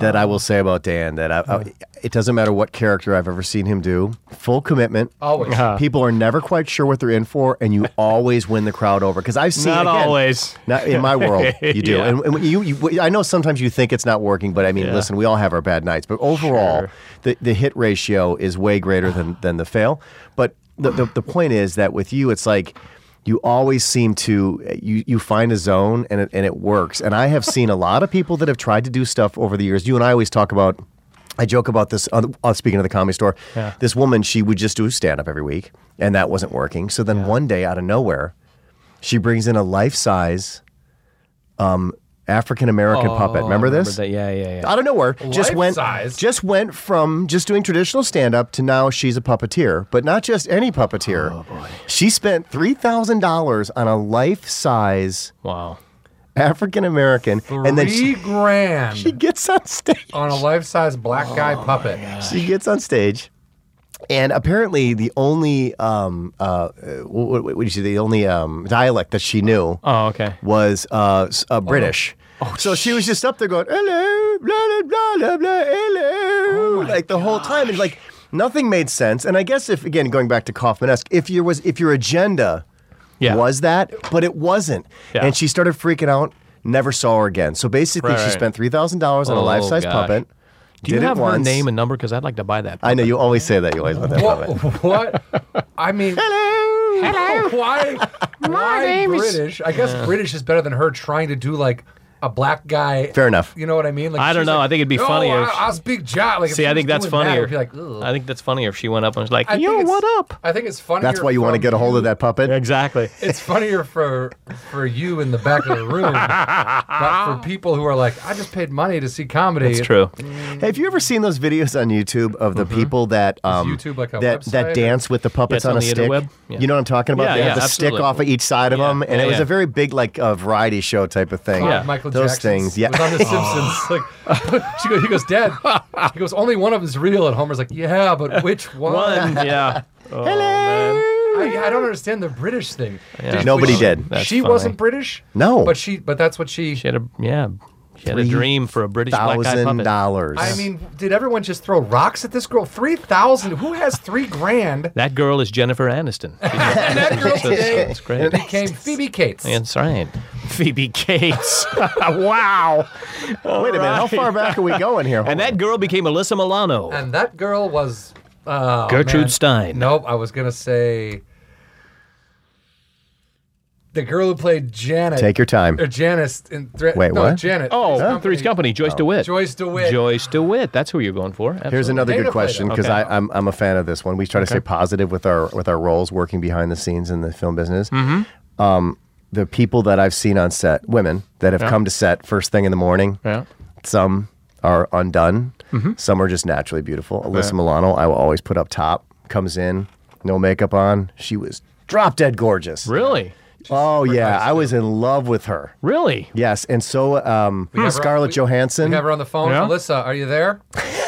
Speaker 1: that I will say about Dan that I, I, it doesn't matter what character I've ever seen him do, full commitment.
Speaker 2: Always.
Speaker 3: Uh-huh.
Speaker 1: People are never quite sure what they're in for, and you always win the crowd over. Because I've seen
Speaker 3: Not
Speaker 1: again,
Speaker 3: always.
Speaker 1: Not in my world, you do.
Speaker 3: Yeah.
Speaker 1: And, and you, you, I know sometimes you think it's not working, but I mean,
Speaker 3: Yeah.
Speaker 1: listen, we all have our bad nights. But overall,
Speaker 3: Sure.
Speaker 1: the, the hit ratio is way greater than than the fail. But the, the the point is that with you, it's like you always seem to you you find a zone and it, and it works. And I have seen a lot of people that have tried to do stuff over the years. You and I always talk about. I joke about this. On, the- on speaking of the comedy store, this woman she would just do stand up every week, and that wasn't working. So then one day, out of nowhere, she brings in a life size um, African American
Speaker 2: Oh,
Speaker 1: puppet. Remember
Speaker 3: Remember
Speaker 1: this?
Speaker 3: that? Yeah, yeah, yeah.
Speaker 1: out of nowhere just
Speaker 2: Life
Speaker 1: went
Speaker 2: size.
Speaker 1: just went from just doing traditional stand up to now she's a puppeteer but not just any puppeteer
Speaker 2: Oh,
Speaker 1: she spent $3000 on a life size
Speaker 3: Wow.
Speaker 1: African American
Speaker 2: Three
Speaker 1: and then she,
Speaker 2: grand
Speaker 1: she gets on stage
Speaker 2: on a life size black guy
Speaker 3: Oh,
Speaker 2: puppet.
Speaker 1: she gets on stage and apparently the only um uh what, what, what do you say the only um dialect that she knew
Speaker 3: Oh, okay.
Speaker 1: was uh, s-
Speaker 3: Oh.
Speaker 1: uh, British. so she was just up there going, hello, blah, blah, blah, blah, blah,
Speaker 3: Oh
Speaker 1: hello, like the whole time. And like nothing made sense. And I guess if, again, going back to Kaufman-esque, if, your was, if your agenda
Speaker 3: Yeah.
Speaker 1: was that, but it wasn't.
Speaker 3: Yeah.
Speaker 1: And she started freaking out, never saw her again. So basically,
Speaker 3: Right,
Speaker 1: she
Speaker 3: right.
Speaker 1: spent $3,000 on a
Speaker 3: Oh,
Speaker 1: life size
Speaker 3: gosh.
Speaker 1: puppet.
Speaker 3: Do you
Speaker 1: did it
Speaker 3: have her
Speaker 1: once.
Speaker 3: name and number? Because I'd like to buy that.
Speaker 1: I know you always say that. You always want that
Speaker 2: What?
Speaker 1: puppet.
Speaker 2: what? I mean,
Speaker 1: Hello.
Speaker 2: why? why
Speaker 3: name is-
Speaker 2: British? I guess British is better than her trying to do like a black guy.
Speaker 1: Fair enough.
Speaker 2: You know what I mean? Like,
Speaker 3: I don't
Speaker 2: she's
Speaker 3: know.
Speaker 2: like,
Speaker 3: I think it'd be
Speaker 2: "No,
Speaker 3: funny
Speaker 2: I,
Speaker 3: if-
Speaker 2: I'll speak Jot. Like, if
Speaker 3: See, I
Speaker 2: she
Speaker 3: think
Speaker 2: was
Speaker 3: that's
Speaker 2: doing that,
Speaker 3: funnier.
Speaker 2: it'd be like, "Ugh."
Speaker 3: I think that's funnier if she went up and was like,
Speaker 2: I think
Speaker 3: "Yo,
Speaker 2: it's-
Speaker 3: what up?"
Speaker 2: I think it's funnier.
Speaker 1: That's why you want to
Speaker 2: from
Speaker 1: get a hold
Speaker 2: you-
Speaker 1: of that puppet.
Speaker 3: Exactly.
Speaker 2: It's funnier for for you in the back of the room, but for people who are like, I just paid money to see comedy.
Speaker 3: It's true.
Speaker 1: Have you ever seen those videos on YouTube of the people that um,
Speaker 2: Mm-hmm. YouTube like a
Speaker 1: that that
Speaker 2: website?
Speaker 1: dance with the puppets
Speaker 3: Yeah,
Speaker 1: on,
Speaker 3: it's
Speaker 1: a
Speaker 3: on the
Speaker 1: stick?
Speaker 3: interweb. Yeah.
Speaker 1: You know what I'm talking about?
Speaker 3: Yeah,
Speaker 1: they
Speaker 3: yeah,
Speaker 1: have the stick
Speaker 3: absolutely.
Speaker 1: off of each side of
Speaker 3: Yeah,
Speaker 1: them, and
Speaker 3: yeah,
Speaker 1: it was
Speaker 3: yeah.
Speaker 1: a very big like a variety show type of thing.
Speaker 2: God,
Speaker 3: Yeah.
Speaker 2: Michael
Speaker 1: Those
Speaker 2: Jackson's
Speaker 1: things, yeah.
Speaker 2: was on The Simpsons. Like, she goes, he goes, Dad. He goes, only one of them's real, and Homer's like, Yeah, but which one?
Speaker 3: One. Yeah. Oh, man.
Speaker 2: I, I don't understand the British thing.
Speaker 3: Yeah.
Speaker 2: Did-
Speaker 1: Nobody
Speaker 2: which-
Speaker 1: did.
Speaker 3: That's
Speaker 2: she
Speaker 3: funny.
Speaker 2: wasn't British.
Speaker 1: No.
Speaker 2: but she. But that's what she.
Speaker 3: She had a yeah. She had a dream for a British black guy
Speaker 1: Thousand
Speaker 3: puppet.
Speaker 1: dollars.
Speaker 2: I mean, did everyone just throw rocks at this girl? Three thousand. Who has three grand?
Speaker 3: That girl is Jennifer Aniston.
Speaker 2: And that girl today
Speaker 3: That's great.
Speaker 2: became Phoebe Cates.
Speaker 3: That's right. Phoebe Cates. wow.
Speaker 1: wait a minute, how
Speaker 3: Alright.
Speaker 1: far back are we going here?
Speaker 3: And that girl became Alyssa Milano.
Speaker 2: And that girl was oh,
Speaker 3: Gertrude
Speaker 2: man.
Speaker 3: Stein.
Speaker 2: Nope, I was gonna say the girl who played Janet.
Speaker 1: Take your time.
Speaker 2: Or Janice in Thre-
Speaker 1: Wait,
Speaker 2: no,
Speaker 1: what?
Speaker 2: Janet.
Speaker 3: Oh, Three's Company. Joyce DeWitt.
Speaker 2: Joyce DeWitt.
Speaker 3: Joyce DeWitt. That's who you're going for. Absolutely.
Speaker 1: Here's another
Speaker 2: Dana
Speaker 1: good question because
Speaker 3: Okay.
Speaker 1: I'm I'm a fan of this one. We try to stay positive with our with our roles working behind the scenes in the film business.
Speaker 3: Mm-hmm.
Speaker 1: Um, the people that I've seen on set, women that have come to set first thing in the morning.
Speaker 3: Yeah.
Speaker 1: Some are undone. Some are just naturally beautiful. Alyssa Milano, I will always put up top. Comes in, no makeup on. She was drop dead gorgeous.
Speaker 3: Really?
Speaker 1: Oh yeah, I was in love with her.
Speaker 3: Really?
Speaker 1: Yes, and so um,
Speaker 2: have her-
Speaker 1: Scarlett
Speaker 2: we-
Speaker 1: Johansson.
Speaker 2: We have her on the phone.
Speaker 3: Yeah.
Speaker 2: Alyssa, are you there?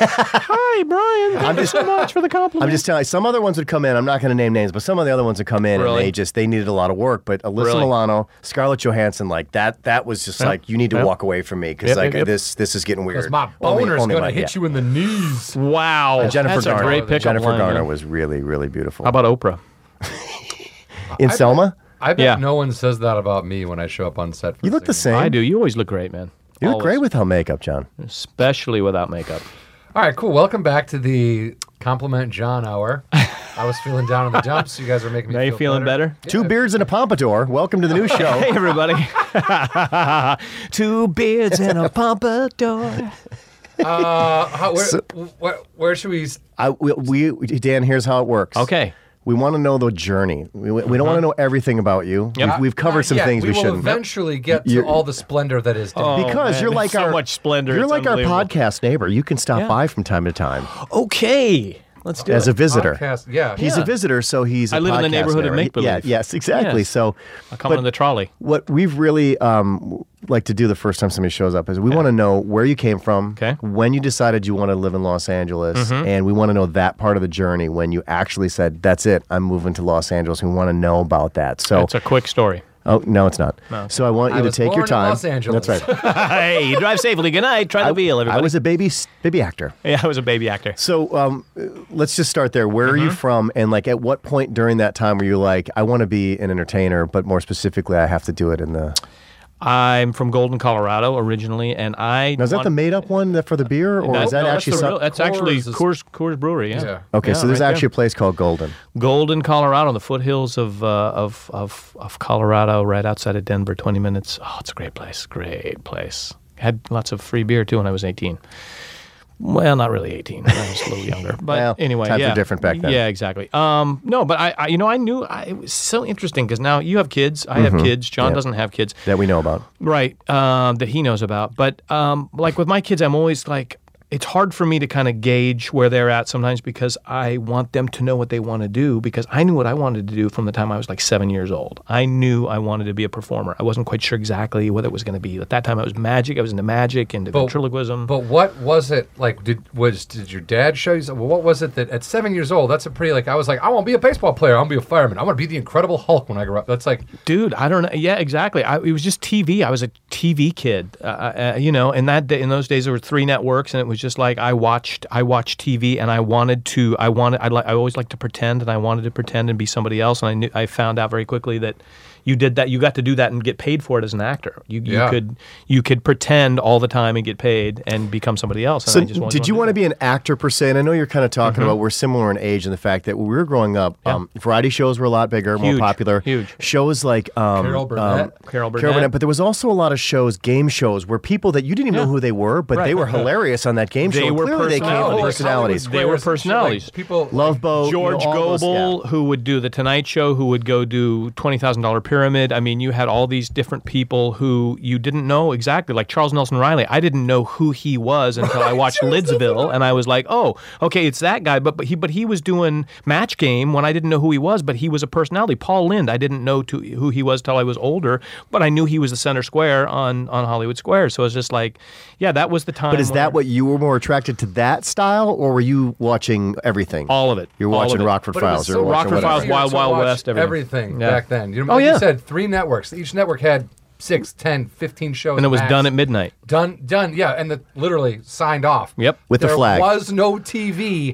Speaker 3: Hi, Brian. Thank you so much for the compliment.
Speaker 1: I'm just telling you, some other ones would come in. I'm not going to name names, but some of the other ones would come in
Speaker 3: Really?
Speaker 1: and they just they needed a lot of work. But Alyssa
Speaker 3: Really?
Speaker 1: Milano, Scarlett Johansson, like that that was just like you need to
Speaker 3: Yep.
Speaker 1: walk away from me because
Speaker 3: Yep,
Speaker 1: like
Speaker 3: yep, yep.
Speaker 1: this this is getting weird.
Speaker 2: Because my
Speaker 1: Only-
Speaker 2: boner's
Speaker 1: only
Speaker 2: gonna
Speaker 1: my-
Speaker 2: hit
Speaker 1: yeah.
Speaker 2: you in the knees.
Speaker 3: wow.
Speaker 1: And Jennifer
Speaker 3: That's
Speaker 1: Garner.
Speaker 3: a great pickup
Speaker 1: Jennifer
Speaker 3: line,
Speaker 1: Garner
Speaker 3: man.
Speaker 1: was really really beautiful.
Speaker 3: How about Oprah?
Speaker 1: in Selma?
Speaker 2: I bet
Speaker 3: Yeah.
Speaker 2: no one says that about me when I show up on set. For
Speaker 1: You
Speaker 2: a
Speaker 1: look the
Speaker 2: second.
Speaker 1: same.
Speaker 3: I do. You always look great, man.
Speaker 1: You look
Speaker 3: Always.
Speaker 1: great without makeup, John.
Speaker 3: especially without makeup.
Speaker 2: All right, cool. Welcome back to the compliment John hour. I was feeling down in the dumps. You guys were making me.
Speaker 3: Now
Speaker 2: feel
Speaker 3: you're feeling better?
Speaker 1: Two beards and a pompadour. Welcome to the new show.
Speaker 3: Hey, everybody. Two beards and a pompadour.
Speaker 2: Uh, how, where, where, where should we? s-
Speaker 1: I, we, we, Dan, here's how it works.
Speaker 3: Okay. Uh-huh.
Speaker 1: We want to know the journey. We, we don't want to know everything about you.
Speaker 3: Yep. Uh,
Speaker 1: We've, we've covered some
Speaker 2: Yeah,
Speaker 1: things we,
Speaker 2: will
Speaker 1: shouldn't.
Speaker 2: eventually get to
Speaker 1: You're-
Speaker 2: all the splendor that is. Dan.
Speaker 3: Oh.
Speaker 1: because
Speaker 3: man,
Speaker 1: you're like
Speaker 3: so
Speaker 1: our
Speaker 3: much splendor,
Speaker 1: You're
Speaker 3: it's
Speaker 1: like our
Speaker 3: unbelievable.
Speaker 1: podcast neighbor. You can stop
Speaker 3: Yeah.
Speaker 1: by from time to time
Speaker 3: Okay. Let's do
Speaker 1: as
Speaker 3: it.
Speaker 1: a visitor.
Speaker 2: Podcast, yeah.
Speaker 1: He's
Speaker 3: Yeah.
Speaker 1: a visitor, so he's. I
Speaker 3: I live in the neighborhood of make-believe.
Speaker 1: Yeah, yes, exactly.
Speaker 3: Yes.
Speaker 1: So,
Speaker 3: I'll come on the trolley.
Speaker 1: what we've really um, like to do the first time somebody shows up is we want to know where you came from,
Speaker 3: Okay. Mm-hmm.
Speaker 1: when you decided you want to live in Los Angeles, and we want to know that part of the journey when you actually said, "That's it, I'm moving to Los Angeles." We want to know about that. So,
Speaker 3: It's a quick story.
Speaker 1: oh no, it's not. So I want you
Speaker 2: I
Speaker 1: to
Speaker 2: was
Speaker 1: take your
Speaker 2: born in
Speaker 1: time.
Speaker 2: Los Angeles.
Speaker 1: That's right.
Speaker 3: hey, drive safely. Good night. Try the wheel,
Speaker 1: I
Speaker 3: everybody.
Speaker 1: was a baby s- baby actor.
Speaker 3: yeah, I was a baby actor.
Speaker 1: So um, uh, let's just start there. Where
Speaker 3: Mm-hmm.
Speaker 1: are you from? And like, at what point during that time were you like, I want to be an entertainer, but more specifically, I have to do it in the.
Speaker 3: I'm from Golden, Colorado originally, and I.
Speaker 1: Now, is that
Speaker 3: want-
Speaker 1: the made up one that for the beer, or
Speaker 3: No,
Speaker 1: is that
Speaker 3: no,
Speaker 1: actually
Speaker 3: that's, the real-
Speaker 1: some-
Speaker 3: that's actually
Speaker 2: Coors is-
Speaker 3: Coors, Coors Brewery. Yeah.
Speaker 2: Yeah.
Speaker 1: Okay,
Speaker 3: Yeah,
Speaker 1: so there's
Speaker 3: right
Speaker 1: actually a place called Golden.
Speaker 3: there. Golden, Colorado, in the foothills of, uh, of of of Colorado, right outside of Denver, 20 minutes. Oh, it's a great place. Great place. Had lots of free beer too when I was 18. Well, not really 18. I was a little younger, but
Speaker 1: Well,
Speaker 3: anyway,
Speaker 1: times were
Speaker 3: yeah,
Speaker 1: different back then.
Speaker 3: Yeah, exactly. Um, no, but I, I, you know, I knew I, it was so interesting because now you have kids. I
Speaker 1: Mm-hmm.
Speaker 3: have kids. John doesn't have kids.
Speaker 1: That we know about.
Speaker 3: right um, that he knows about but um, like with my kids i'm always like it's hard for me to kind of gauge where they're at sometimes because i want them to know what they want to do because i knew what i wanted to do from the time i was like seven years old i knew i wanted to be a performer i wasn't quite sure exactly what it was going to be at that time i was magic i was into magic into ventriloquism
Speaker 2: But what was it like? Did was did your dad show you? some- What was it that at seven years old? That's a pretty like I was like I want to be a baseball player. I want to be a fireman. I want to be the Incredible Hulk when I grow up. That's like
Speaker 3: dude i don't know yeah exactly I, it was just tv i was a tv kid uh, uh, you know and that day, in those days there were three networks and it was just like i watched i watched tv and i wanted to i wanted i, li- I always liked to pretend and i wanted to pretend and be somebody else and i knew i found out very quickly that you did that you got to do that and get paid for it as an actor you, you
Speaker 2: Yeah.
Speaker 3: could you could pretend all the time and get paid and become somebody else and
Speaker 1: So,
Speaker 3: I just always
Speaker 1: did you
Speaker 3: wanted
Speaker 1: want
Speaker 3: to
Speaker 1: to
Speaker 3: do
Speaker 1: be an actor per se? And I know you're kind of talking about we're similar in age and the fact that when we were growing up, um, variety shows were a lot bigger, more
Speaker 3: Huge,
Speaker 1: popular.
Speaker 3: huge.
Speaker 1: shows like um,
Speaker 2: Carol
Speaker 1: um,
Speaker 2: Burnett.
Speaker 3: Carol
Speaker 1: Carol
Speaker 3: Burnett.
Speaker 1: Burnett. But there was also a lot of shows, game shows, where people that you didn't even know who they were, but
Speaker 3: Right.
Speaker 1: they were hilarious on that game
Speaker 3: They
Speaker 1: show. and
Speaker 3: were
Speaker 1: Clearly, they came with
Speaker 3: personalities.
Speaker 2: Hollywood
Speaker 1: personalities.
Speaker 2: squares
Speaker 3: They were
Speaker 2: and shit, like,
Speaker 3: personalities.
Speaker 2: people
Speaker 1: Love Boat, you know,
Speaker 3: George
Speaker 1: all those- yeah.
Speaker 3: Goebel, who would do the Tonight Show, who would go do Twenty Thousand Dollar Pyramid. I mean, you had all these different people who you didn't know exactly, like Charles Nelson Riley. I didn't know who he was until I watched Lidsville, and I was like, oh, okay, it's that guy. But but he but he was doing Match Game when I didn't know who he was, but he was a personality. Paul Lind, I didn't know to, who he was till I was older, but I knew he was the center square on on Hollywood Square. So it's just like, yeah, that was the time.
Speaker 1: But is
Speaker 3: when I-
Speaker 1: that what you were more attracted to that style, or were you watching everything?
Speaker 3: All of it.
Speaker 1: You're
Speaker 3: All
Speaker 1: watching
Speaker 3: of it.
Speaker 1: Rockford
Speaker 2: But it was
Speaker 1: Files.
Speaker 2: so
Speaker 1: you were watching
Speaker 3: Rockford
Speaker 1: whatever.
Speaker 3: Files, Wild
Speaker 2: to
Speaker 3: Wild
Speaker 2: watch
Speaker 3: West, everything. Yeah.
Speaker 2: back then. You know,
Speaker 3: Oh,
Speaker 2: like
Speaker 3: yeah.
Speaker 2: you said three networks. Each network had six, ten, fifteen shows,
Speaker 3: and it was
Speaker 2: max.
Speaker 3: done at midnight.
Speaker 2: Done, done, yeah, and the, literally signed off.
Speaker 3: Yep.
Speaker 1: With the
Speaker 2: there
Speaker 1: flag.
Speaker 2: was no TV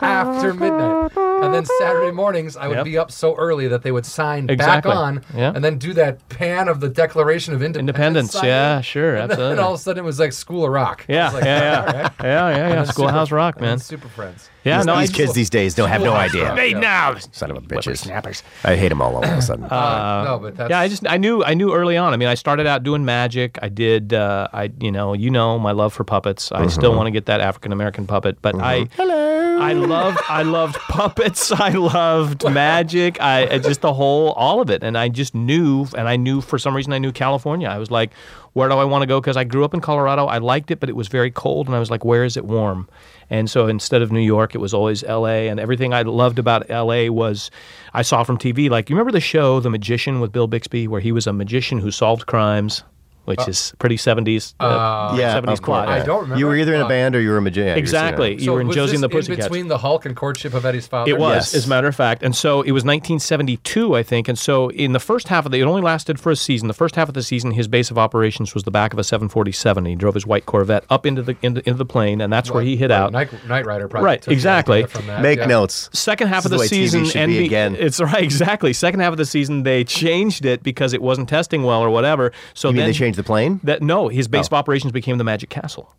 Speaker 2: after midnight, and then Saturday mornings I would
Speaker 3: Yep.
Speaker 2: be up so early that they would sign
Speaker 3: Exactly.
Speaker 2: back on,
Speaker 3: Yeah.
Speaker 2: and then do that pan of the Declaration of Independence.
Speaker 3: Independence,
Speaker 2: signing.
Speaker 3: yeah, sure,
Speaker 2: and
Speaker 3: absolutely.
Speaker 2: Then all of a sudden it was like School of Rock. It
Speaker 3: Yeah,
Speaker 2: was like,
Speaker 3: yeah, yeah, yeah, yeah, yeah. Schoolhouse Rock,
Speaker 2: and then
Speaker 3: man.
Speaker 2: Super Friends.
Speaker 3: Yeah,
Speaker 1: These,
Speaker 3: no, I-
Speaker 1: these kids these days don't have no
Speaker 2: Schoolhouse
Speaker 1: idea.
Speaker 2: Rock.
Speaker 3: Hey, now,
Speaker 1: Son of a bitches. Snappers. I hate them all all of a sudden.
Speaker 3: Uh,
Speaker 2: no, but that's,
Speaker 3: yeah, I just I knew I knew early on. I mean, I started out doing magic. I did. Uh, I you know you know my love for puppets.
Speaker 2: Mm-hmm.
Speaker 3: I still want to get that African American puppet, but I hello. I loved I loved puppets. I loved magic. I I just the whole all of it, and I just knew. And I knew for some reason I knew California. I was like, where do I want to go? Because I grew up in Colorado. I liked it, but it was very cold, and I was like, where is it warm? And so instead of New York, it was always L.A. And everything I loved about L.A. was I saw from TV. Like you remember the show The Magician with Bill Bixby, where he was a magician who solved crimes, which is pretty seventies. Uh,
Speaker 1: yeah, of
Speaker 3: 70s plot.
Speaker 1: course,
Speaker 2: Uh, I
Speaker 1: yeah.
Speaker 2: don't remember.
Speaker 1: You were either in a
Speaker 2: Uh,
Speaker 1: band or you were a magician.
Speaker 3: exactly. You
Speaker 2: So
Speaker 3: were in
Speaker 2: was
Speaker 3: Josie and the
Speaker 2: this in
Speaker 3: Pussycats.
Speaker 2: between the Hulk and courtship of Eddie's father.
Speaker 3: It was,
Speaker 1: Yes.
Speaker 3: as a matter of fact. And so it was 1972, I think. And so in the first half of the, it only lasted for a season. The first half of the season, his base of operations was the back of a 747. He drove his white Corvette up into the into, into the plane, and that's where he hit
Speaker 2: Right,
Speaker 3: out.
Speaker 2: Knight, Knight Rider, probably.
Speaker 3: Right,
Speaker 2: took the idea
Speaker 3: exactly.
Speaker 2: from that,
Speaker 1: Make
Speaker 2: yeah.
Speaker 1: notes.
Speaker 3: Second half
Speaker 1: This
Speaker 3: of the
Speaker 1: is the way TV
Speaker 3: season,
Speaker 1: should be
Speaker 3: NB
Speaker 1: again.
Speaker 3: it's right, exactly. Second half of the season, they changed it because it wasn't testing well or whatever. So
Speaker 1: You mean
Speaker 3: then
Speaker 1: they changed the plane?
Speaker 3: that no, his base of operations became the Magic Castle.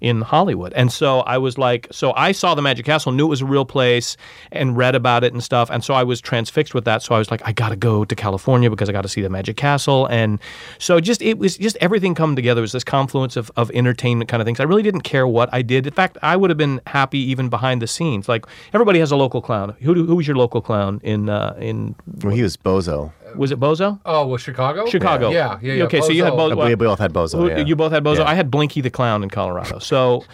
Speaker 3: in Hollywood. And so I was like, so I saw the Magic Castle, knew it was a real place, and read about it and stuff. And so I was transfixed with that. So I was like, I gotta go to California because I got to see the Magic Castle. And so just it was just everything come together. It was this confluence of of entertainment kind of things. I really didn't care what I did. In fact, I would have been happy even behind the scenes. Like everybody has a local clown. Who do, who was your local clown in uh, in
Speaker 1: Well, he was Bozo.
Speaker 3: was it Bozo?
Speaker 2: Oh, well, Chicago?
Speaker 3: Chicago.
Speaker 2: Yeah, yeah, yeah.
Speaker 3: Okay, so you had
Speaker 2: Bozo.
Speaker 3: Bozo.
Speaker 1: we, we both had Bozo.
Speaker 3: Who-
Speaker 1: yeah.
Speaker 3: You both had Bozo.
Speaker 1: Yeah.
Speaker 3: I had Blinky the Clown in Colorado. So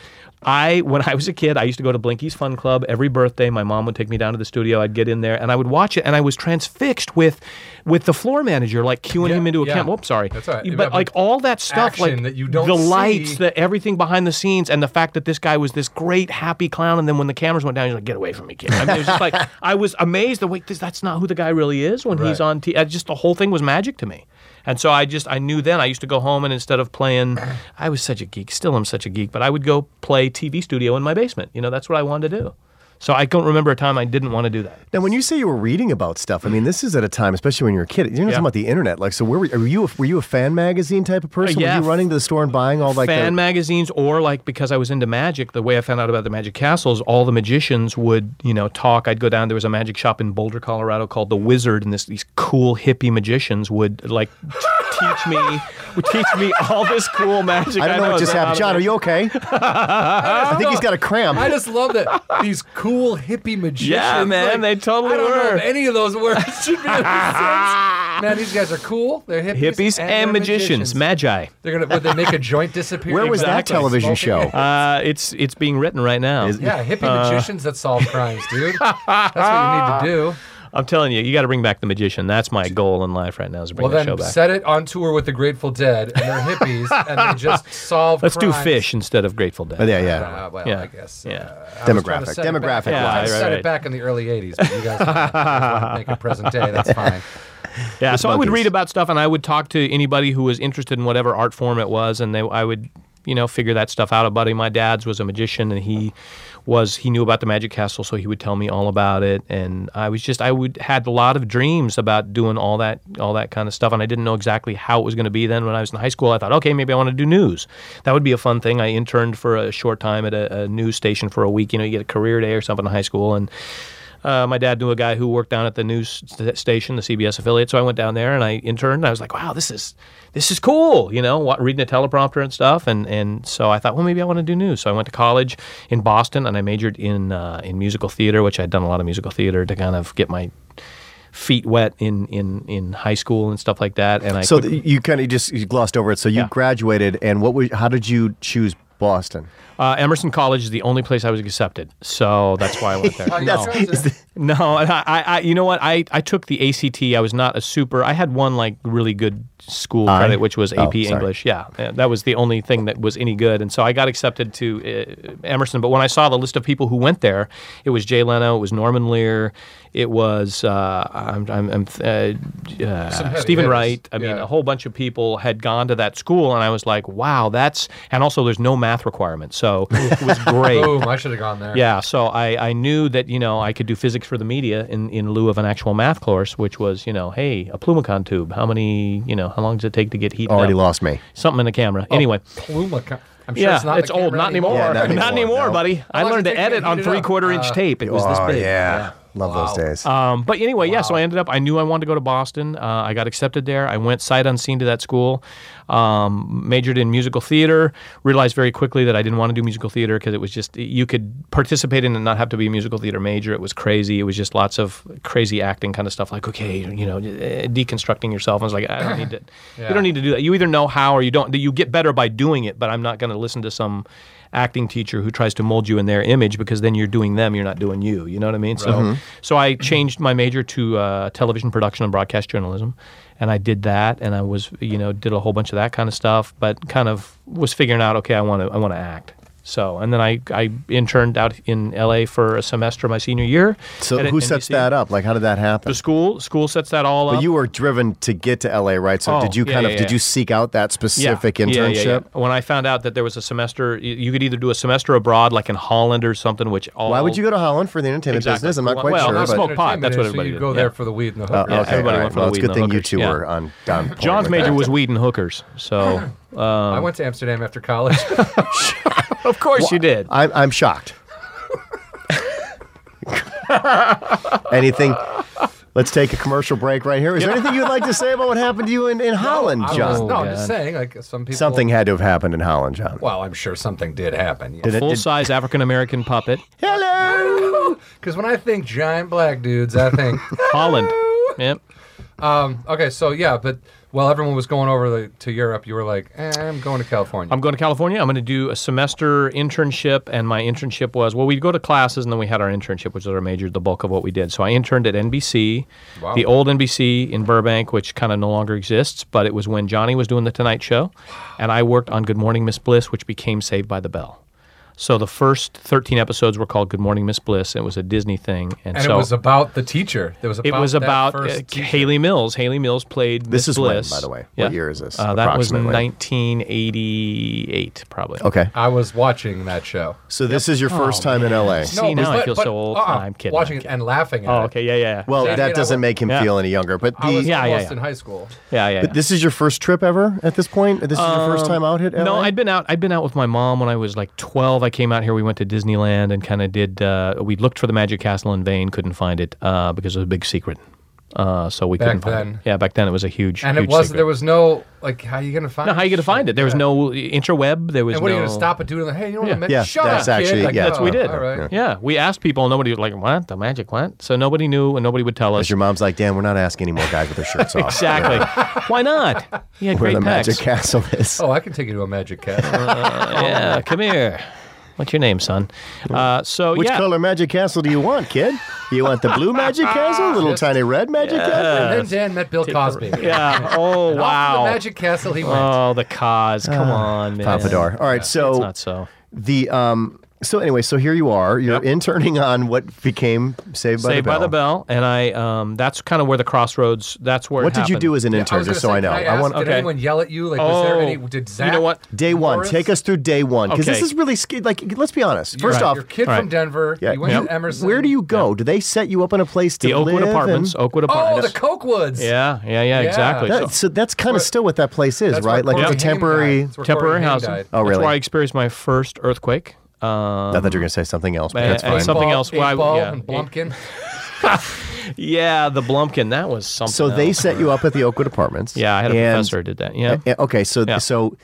Speaker 3: I, when I was a kid, I used to go to Blinky's Fun Club every birthday. My mom would take me down to the studio. I'd get in there and I would watch it, and I was transfixed with, with the floor manager, like cueing
Speaker 2: Yeah,
Speaker 3: him into a
Speaker 2: yeah.
Speaker 3: camp. Whoops, sorry.
Speaker 2: That's all right.
Speaker 3: But,
Speaker 2: But
Speaker 3: like all that stuff, like
Speaker 2: action that you don't
Speaker 3: the
Speaker 2: see.
Speaker 3: lights, the everything behind the scenes, and the fact that this guy was this great happy clown, and then when the cameras went down, he's like, "Get away from me, kid!" I mean, it was just like I was amazed that wait, this, that's not who the guy really is when he's
Speaker 2: Right.
Speaker 3: on. T- uh, just the whole thing was magic to me. And so I just I knew then I used to go home and instead of playing, I was such a geek. Still, am such a geek, but I would go play TV studio in my basement. You know, that's what I wanted to do. So I don't remember a time I didn't want to do that.
Speaker 1: Now, when you say you were reading about stuff, I mean, this is at a time, especially when you're a kid. You're not
Speaker 3: Yeah.
Speaker 1: talking about the internet. Like, so where were, were you? A, were you a fan magazine type of person?
Speaker 3: Uh, yeah.
Speaker 1: Were you running to the store and buying all like
Speaker 3: fan
Speaker 1: the,
Speaker 3: magazines or like because I was into magic, the way I found out about the magic castles, all the magicians would, you know, talk. I'd go down there was a magic shop in Boulder, Colorado called The Wizard and this these cool hippie magicians would like t- teach me would teach me all this cool magic.
Speaker 1: I don't know what
Speaker 3: it's
Speaker 1: just
Speaker 3: right out
Speaker 1: happened. John, are
Speaker 3: of the-
Speaker 1: you okay? I think he's got a cramp.
Speaker 2: I just love that these cool hippie magicians.
Speaker 3: Yeah, man,
Speaker 2: like,
Speaker 3: they totally
Speaker 2: I don't know
Speaker 3: were.
Speaker 2: if any of those words should be in a sentence. Man, these guys are cool. They're hippies,
Speaker 3: hippies and,
Speaker 2: they're
Speaker 3: magicians, magi.
Speaker 2: They're gonna would they make a joint disappear?
Speaker 1: Where was that
Speaker 2: Exactly.
Speaker 1: television
Speaker 2: Smoking
Speaker 1: show?
Speaker 2: it.
Speaker 3: Uh, it's it's being written right now.
Speaker 2: yeah, hippie
Speaker 3: Uh,
Speaker 2: magicians that solve crimes, dude. That's what you need to do.
Speaker 3: I'm telling you, you got to bring back the magician. That's my goal in life right now is to
Speaker 2: Well,
Speaker 3: bring the show
Speaker 2: then
Speaker 3: back.
Speaker 2: set it on tour with the Grateful Dead, and they're hippies, and they just solve.
Speaker 3: Let's do
Speaker 2: crimes.
Speaker 3: fish instead of Grateful Dead.
Speaker 1: But Oh, yeah, yeah.
Speaker 2: Uh, well,
Speaker 3: Yeah.
Speaker 2: I guess.
Speaker 3: Yeah.
Speaker 2: Uh, I was trying to
Speaker 1: Demographic.
Speaker 2: set it back-
Speaker 1: Demographic
Speaker 2: I was trying to
Speaker 3: wise.
Speaker 2: set
Speaker 3: Yeah, right,
Speaker 2: it back in the early '80s, but you guys want to make it present day. That's fine.
Speaker 3: Yeah, so I would
Speaker 1: monkeys.
Speaker 3: read about stuff and I would talk to anybody who was interested in whatever art form it was, and they, I would, you know, figure that stuff out. A buddy, of my dad's was a magician, and he was he knew about the Magic Castle, so he would tell me all about it. And I was just I would had a lot of dreams about doing all that all that kind of stuff, and I didn't know exactly how it was going to be. Then when I was in high school, I thought, okay, maybe I want to do news. That would be a fun thing. I interned for a short time at a, a news station for a week. You know, you get a career day or something in high school, and uh, my dad knew a guy who worked down at the news st- station, the CBS affiliate. So I went down there and I interned. And I was like, "Wow, this is this is cool," you know, wa- reading a teleprompter and stuff. And and so I thought, well, maybe I want to do news. So I went to college in Boston and I majored in uh, in musical theater, which I'd done a lot of musical theater to kind of get my feet wet in in in high school and stuff like that. And I
Speaker 1: So
Speaker 3: quit-
Speaker 1: th- you kind of just you glossed over it. So you
Speaker 3: Yeah.
Speaker 1: graduated, and what was? How did you choose Boston?
Speaker 3: uh, Emerson College is the only place I was accepted, so that's why I went there.
Speaker 2: Oh, you
Speaker 3: No.
Speaker 2: chose it.
Speaker 3: No, and I, I, I, you know what? I, I took the ACT. I was not a super. I had one like really good school credit, which was AP
Speaker 1: sorry.
Speaker 3: English. Yeah, uh, that was the only thing that was any good. And so I got accepted to uh, Emerson. But when I saw the list of people who went there, it was Jay Leno, it was Norman Lear, it was uh, I'm, I'm, I'm, uh,
Speaker 2: Some
Speaker 3: uh,
Speaker 2: heavy
Speaker 3: Stephen
Speaker 2: hitters.
Speaker 3: Wright. I mean,
Speaker 2: Yeah.
Speaker 3: a whole bunch of people had gone to that school, and I was like, wow, that's. And also, there's no math requirement, so it was great.
Speaker 2: Boom! I should have gone there.
Speaker 3: Yeah, so I, I knew that, you know, I could do physics for the media in, in lieu of an actual math course, which was, you know, hey, a plumicon tube, how many, you know, how long does it take to get heat?
Speaker 1: Already
Speaker 3: up?
Speaker 1: lost me.
Speaker 3: Something in the camera. anyway.
Speaker 2: Plumacon. I'm sure
Speaker 3: Yeah,
Speaker 2: Oh, it's not. in
Speaker 3: it's
Speaker 2: the
Speaker 3: old.
Speaker 2: camera
Speaker 3: Not anymore.
Speaker 1: Yeah,
Speaker 3: not
Speaker 1: not
Speaker 3: anymore,
Speaker 1: anymore, no.
Speaker 3: buddy. I
Speaker 2: How long
Speaker 3: learned
Speaker 2: does it
Speaker 3: to
Speaker 2: take to
Speaker 3: edit
Speaker 2: heat
Speaker 3: on
Speaker 2: it up?
Speaker 3: three quarter inch
Speaker 2: Uh,
Speaker 3: tape. It was this
Speaker 1: oh
Speaker 3: big.
Speaker 1: yeah, love those days.
Speaker 3: Um, but anyway, yeah. So I ended up. I knew I wanted to go to Boston. Uh, I got accepted there. I went sight unseen to that school. Um, majored in musical theater. Realized very quickly that I didn't want to do musical theater because it was just you could participate in it and not have to be a musical theater major. It was crazy. It was just lots of crazy acting kind of stuff. Like okay, you know, eh, deconstructing yourself. I was like, I don't need to. You don't need to do that. You either know how or you don't. You get better by doing it. But I'm not going to listen to some acting teacher who tries to mold you in their image because then you're doing them, you're not doing you. You know what I mean? So,
Speaker 1: Mm-hmm.
Speaker 3: so I changed my major to uh, television production and broadcast journalism, and I did that, and I was you know did a whole bunch of that kind of stuff, but kind of was figuring out okay, I want to I want to act. So, and then I, I interned out in LA for a semester my senior year.
Speaker 1: So
Speaker 3: at
Speaker 1: who sets
Speaker 3: NBC.
Speaker 1: that up? Like, how did that happen?
Speaker 3: The school school sets that all up.
Speaker 1: But you were driven to get to LA, right? So
Speaker 3: uh, Oh,
Speaker 1: did you
Speaker 3: yeah,
Speaker 1: kind of
Speaker 3: yeah,
Speaker 1: did
Speaker 3: yeah.
Speaker 1: you seek out that specific internship?
Speaker 3: When I found out that there was a semester, you, you could either do a semester abroad, like in Holland or something, which all
Speaker 1: Why would you go to Holland for the entertainment
Speaker 3: Exactly.
Speaker 1: business? I'm not
Speaker 3: Well,
Speaker 1: quite
Speaker 3: well,
Speaker 1: sure.
Speaker 3: not
Speaker 1: but,
Speaker 3: smoke pot,
Speaker 2: Entertainment
Speaker 3: that's what
Speaker 2: is,
Speaker 3: everybody
Speaker 2: you
Speaker 3: did,
Speaker 2: go there
Speaker 3: yeah.
Speaker 2: for the weed and the
Speaker 1: Oh,
Speaker 2: hookers.
Speaker 3: Yeah,
Speaker 1: okay,
Speaker 3: everybody
Speaker 1: all
Speaker 3: went
Speaker 1: right.
Speaker 3: for the
Speaker 1: well, it's
Speaker 3: weed
Speaker 1: a good
Speaker 3: and the
Speaker 1: thing you
Speaker 3: hookers,
Speaker 1: two
Speaker 3: yeah.
Speaker 1: were on. on point
Speaker 3: John's
Speaker 1: with
Speaker 3: major
Speaker 1: that.
Speaker 3: was weed and hookers. So
Speaker 2: I went to Amsterdam after college.
Speaker 3: Of course you did.
Speaker 1: I'm, I'm shocked. anything? Let's take a commercial break right here. Is there anything you'd like to say about what happened to you in, in Holland,
Speaker 2: I was-
Speaker 1: John?
Speaker 2: no, I'm just saying, like some people.
Speaker 1: Oh, Something had to have happened in Holland, John.
Speaker 2: Well, I'm sure something did happen.
Speaker 1: Did it-
Speaker 3: Full size African American puppet.
Speaker 1: Hello.
Speaker 2: Because when I think giant black dudes, I think.
Speaker 3: Holland. Yep.
Speaker 2: okay, so yeah, but while everyone was going over the, to Europe, you were like, eh, I'm going to California.
Speaker 3: I'm going to California. I'm going to do a semester internship, and my internship was well, we'd go to classes, and then we had our internship, which was our major, the bulk of what we did. So I interned at NBC,
Speaker 2: Wow.
Speaker 3: the old NBC in Burbank, which kind of no longer exists, but it was when Johnny was doing the Tonight Show, and I worked on Good Morning Miss Bliss, which became Saved by the Bell. So the first 13 episodes were called Good Morning Miss Bliss. It was a Disney thing, and,
Speaker 2: and
Speaker 3: so
Speaker 2: it was about the teacher. It was about
Speaker 3: it was
Speaker 2: that
Speaker 3: about
Speaker 2: first
Speaker 3: uh,
Speaker 2: teacher.
Speaker 3: Haley Mills. Haley Mills played
Speaker 1: This
Speaker 3: Miss
Speaker 1: is when,
Speaker 3: Bliss.
Speaker 1: by the way? What year is this,
Speaker 3: Uh, that was
Speaker 1: approximately?
Speaker 3: 1988, probably.
Speaker 1: Okay.
Speaker 2: I was watching that show.
Speaker 1: So this is your first time in LA.
Speaker 3: Oh, No. See, now I feel so old. No, I'm kidding,
Speaker 2: uh-uh, Watching
Speaker 3: I'm
Speaker 2: it and laughing at
Speaker 3: Oh,
Speaker 2: it.
Speaker 3: okay. Yeah, yeah, yeah.
Speaker 1: Well,
Speaker 2: Yeah.
Speaker 1: that doesn't make him
Speaker 3: Yeah.
Speaker 1: feel any younger. But
Speaker 2: I was
Speaker 1: the,
Speaker 3: Yeah, yeah,
Speaker 2: lost
Speaker 3: yeah.
Speaker 2: in high school.
Speaker 3: yeah, yeah. yeah.
Speaker 1: but this is your first trip ever at this point. This is your first time out at LA.
Speaker 3: Um, no, I'd been out. I'd been out with my mom when I was like 12. I came out here. We went to Disneyland and kind of did. Uh, we looked for the Magic Castle in vain, couldn't find it uh, because it was a big secret. Uh, so we
Speaker 2: Back
Speaker 3: couldn't find
Speaker 2: then.
Speaker 3: it. Yeah, back then it was a huge.
Speaker 2: And it
Speaker 3: huge
Speaker 2: was
Speaker 3: secret.
Speaker 2: there was no like how you gonna find
Speaker 3: no, how you gonna find it? There was no interweb. There was
Speaker 2: And what
Speaker 3: no.
Speaker 2: are you gonna stop a dude and like, hey, you know what I
Speaker 3: Yeah.
Speaker 2: meant?
Speaker 1: Yeah,
Speaker 2: Shut
Speaker 1: that's
Speaker 2: up, kid."
Speaker 1: actually-
Speaker 2: Like,
Speaker 1: yeah. That's what
Speaker 3: we
Speaker 2: "Oh,
Speaker 3: did.
Speaker 2: All right.
Speaker 3: Yeah, we asked people, and nobody was like, "What the magic? What?" So nobody knew, and nobody would tell us.
Speaker 1: Your mom's like, damn, we're not asking any more guys with their shirts off.
Speaker 3: Exactly. Why not? He had
Speaker 1: Where
Speaker 3: great
Speaker 1: the
Speaker 3: pecs.
Speaker 1: magic castle is.
Speaker 2: Oh, I can take you to a magic castle.
Speaker 3: yeah, come here. What's your name, son? Uh, so
Speaker 1: Which
Speaker 3: yeah.
Speaker 1: color magic castle do you want, kid? You want the blue magic castle, little tiny red magic castle?
Speaker 2: and then Dan met Bill Cosby.
Speaker 3: Yeah. Oh
Speaker 2: Off to
Speaker 3: wow.
Speaker 2: The magic castle he went.
Speaker 3: Oh, the cause.
Speaker 1: Ah,
Speaker 3: Come on, man.
Speaker 1: Papadar. All right, so
Speaker 3: It's not so.
Speaker 1: the um so anyway, so here you are. You're interning on what became Saved by
Speaker 3: Saved
Speaker 1: the Bell.
Speaker 3: by the Bell, and I. Um, that's kind of where the crossroads. That's where.
Speaker 1: What did you do as an
Speaker 2: Yeah,
Speaker 1: intern,
Speaker 2: was
Speaker 1: just so
Speaker 2: gonna
Speaker 1: I
Speaker 2: say,
Speaker 1: know?
Speaker 2: can I,
Speaker 1: want
Speaker 2: ask, Did
Speaker 3: okay.
Speaker 2: anyone yell at you? Like, was there
Speaker 3: Oh,
Speaker 2: any? Did
Speaker 3: you
Speaker 2: Zach?
Speaker 3: know what?
Speaker 1: Day one.
Speaker 2: Morris?
Speaker 1: Take us through day one because
Speaker 3: Okay.
Speaker 1: this is really sk- like. Let's be honest.
Speaker 2: You're
Speaker 1: First
Speaker 2: right.
Speaker 1: off,
Speaker 2: you're a kid from
Speaker 3: Right.
Speaker 2: Denver.
Speaker 1: yeah,
Speaker 2: you went
Speaker 1: you-
Speaker 2: to Emerson.
Speaker 1: Where do you go? Do they set you up in a place to
Speaker 3: The Oakwood
Speaker 1: live
Speaker 3: Apartments.
Speaker 1: and-
Speaker 3: Oakwood
Speaker 2: Oh,
Speaker 3: Apartments.
Speaker 2: the Cokewood.
Speaker 3: yeah, yeah, yeah.
Speaker 2: Yeah.
Speaker 3: Exactly.
Speaker 1: That- so,
Speaker 3: So-
Speaker 1: that's kind of still what that place is,
Speaker 2: That's
Speaker 1: right?
Speaker 2: where
Speaker 1: Like it's
Speaker 2: Corey
Speaker 1: a
Speaker 2: Haim died.
Speaker 1: temporary.
Speaker 2: That's where Corey
Speaker 3: temporary
Speaker 2: Haim
Speaker 3: housing.
Speaker 2: died.
Speaker 1: Oh,
Speaker 3: That's
Speaker 1: really?
Speaker 3: where I experienced my first earthquake. Um,
Speaker 1: I thought you were gonna say something else, but
Speaker 3: uh,
Speaker 1: that's
Speaker 3: uh,
Speaker 1: fine.
Speaker 3: some- something
Speaker 2: Ball-
Speaker 3: else.
Speaker 2: eight
Speaker 3: Why-
Speaker 2: ball
Speaker 3: yeah.
Speaker 2: and Blumpkin.
Speaker 3: yeah, the Blumpkin. That was something.
Speaker 1: so they
Speaker 3: else.
Speaker 1: set you up at the Oakwood Apartments.
Speaker 3: Yeah, I had a
Speaker 1: and-
Speaker 3: professor who did that. Yeah.
Speaker 1: Yeah, okay, so
Speaker 3: Yeah.
Speaker 1: so,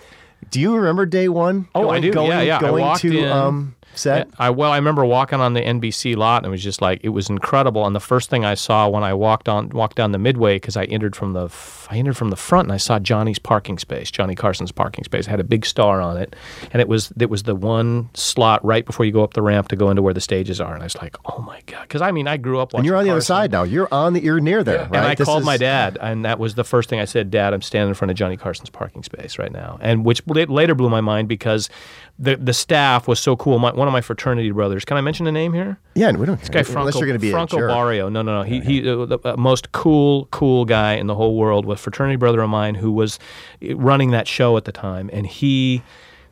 Speaker 1: do you remember day one?
Speaker 3: Oh, I
Speaker 1: Going-
Speaker 3: do.
Speaker 1: Going,
Speaker 3: Yeah, yeah. I
Speaker 1: Going
Speaker 3: walked
Speaker 1: to
Speaker 3: in.
Speaker 1: um set.
Speaker 3: Yeah, I well, I remember walking on the NBC lot, and it was just like it was incredible. And the first thing I saw when I walked on walked down the midway because I entered from the f- I entered from the front, and I saw Johnny's parking space, Johnny Carson's parking space, It had a big star on it, and it was it was the one slot right before you go up the ramp to go into where the stages are. And I was like, oh my god, because I mean, I grew up.
Speaker 1: And you're on the other
Speaker 3: Carson.
Speaker 1: side now. You're on the. You're near there, right?
Speaker 3: And I
Speaker 1: This
Speaker 3: called
Speaker 1: is-
Speaker 3: my dad, and that was the first thing I said, Dad, I'm standing in front of Johnny Carson's parking space right now. And which bl- later blew my mind because the, the staff was so cool. My, one of my fraternity brothers, can I mention a name here?
Speaker 1: Yeah, we don't. This
Speaker 3: Guy Franco,
Speaker 1: unless you're gonna be
Speaker 3: Franco
Speaker 1: a jerk.
Speaker 3: Barrio. No, no, no. He, he uh, the uh, most cool, cool guy in the whole world was fraternity brother of mine who was uh, running that show at the time, and he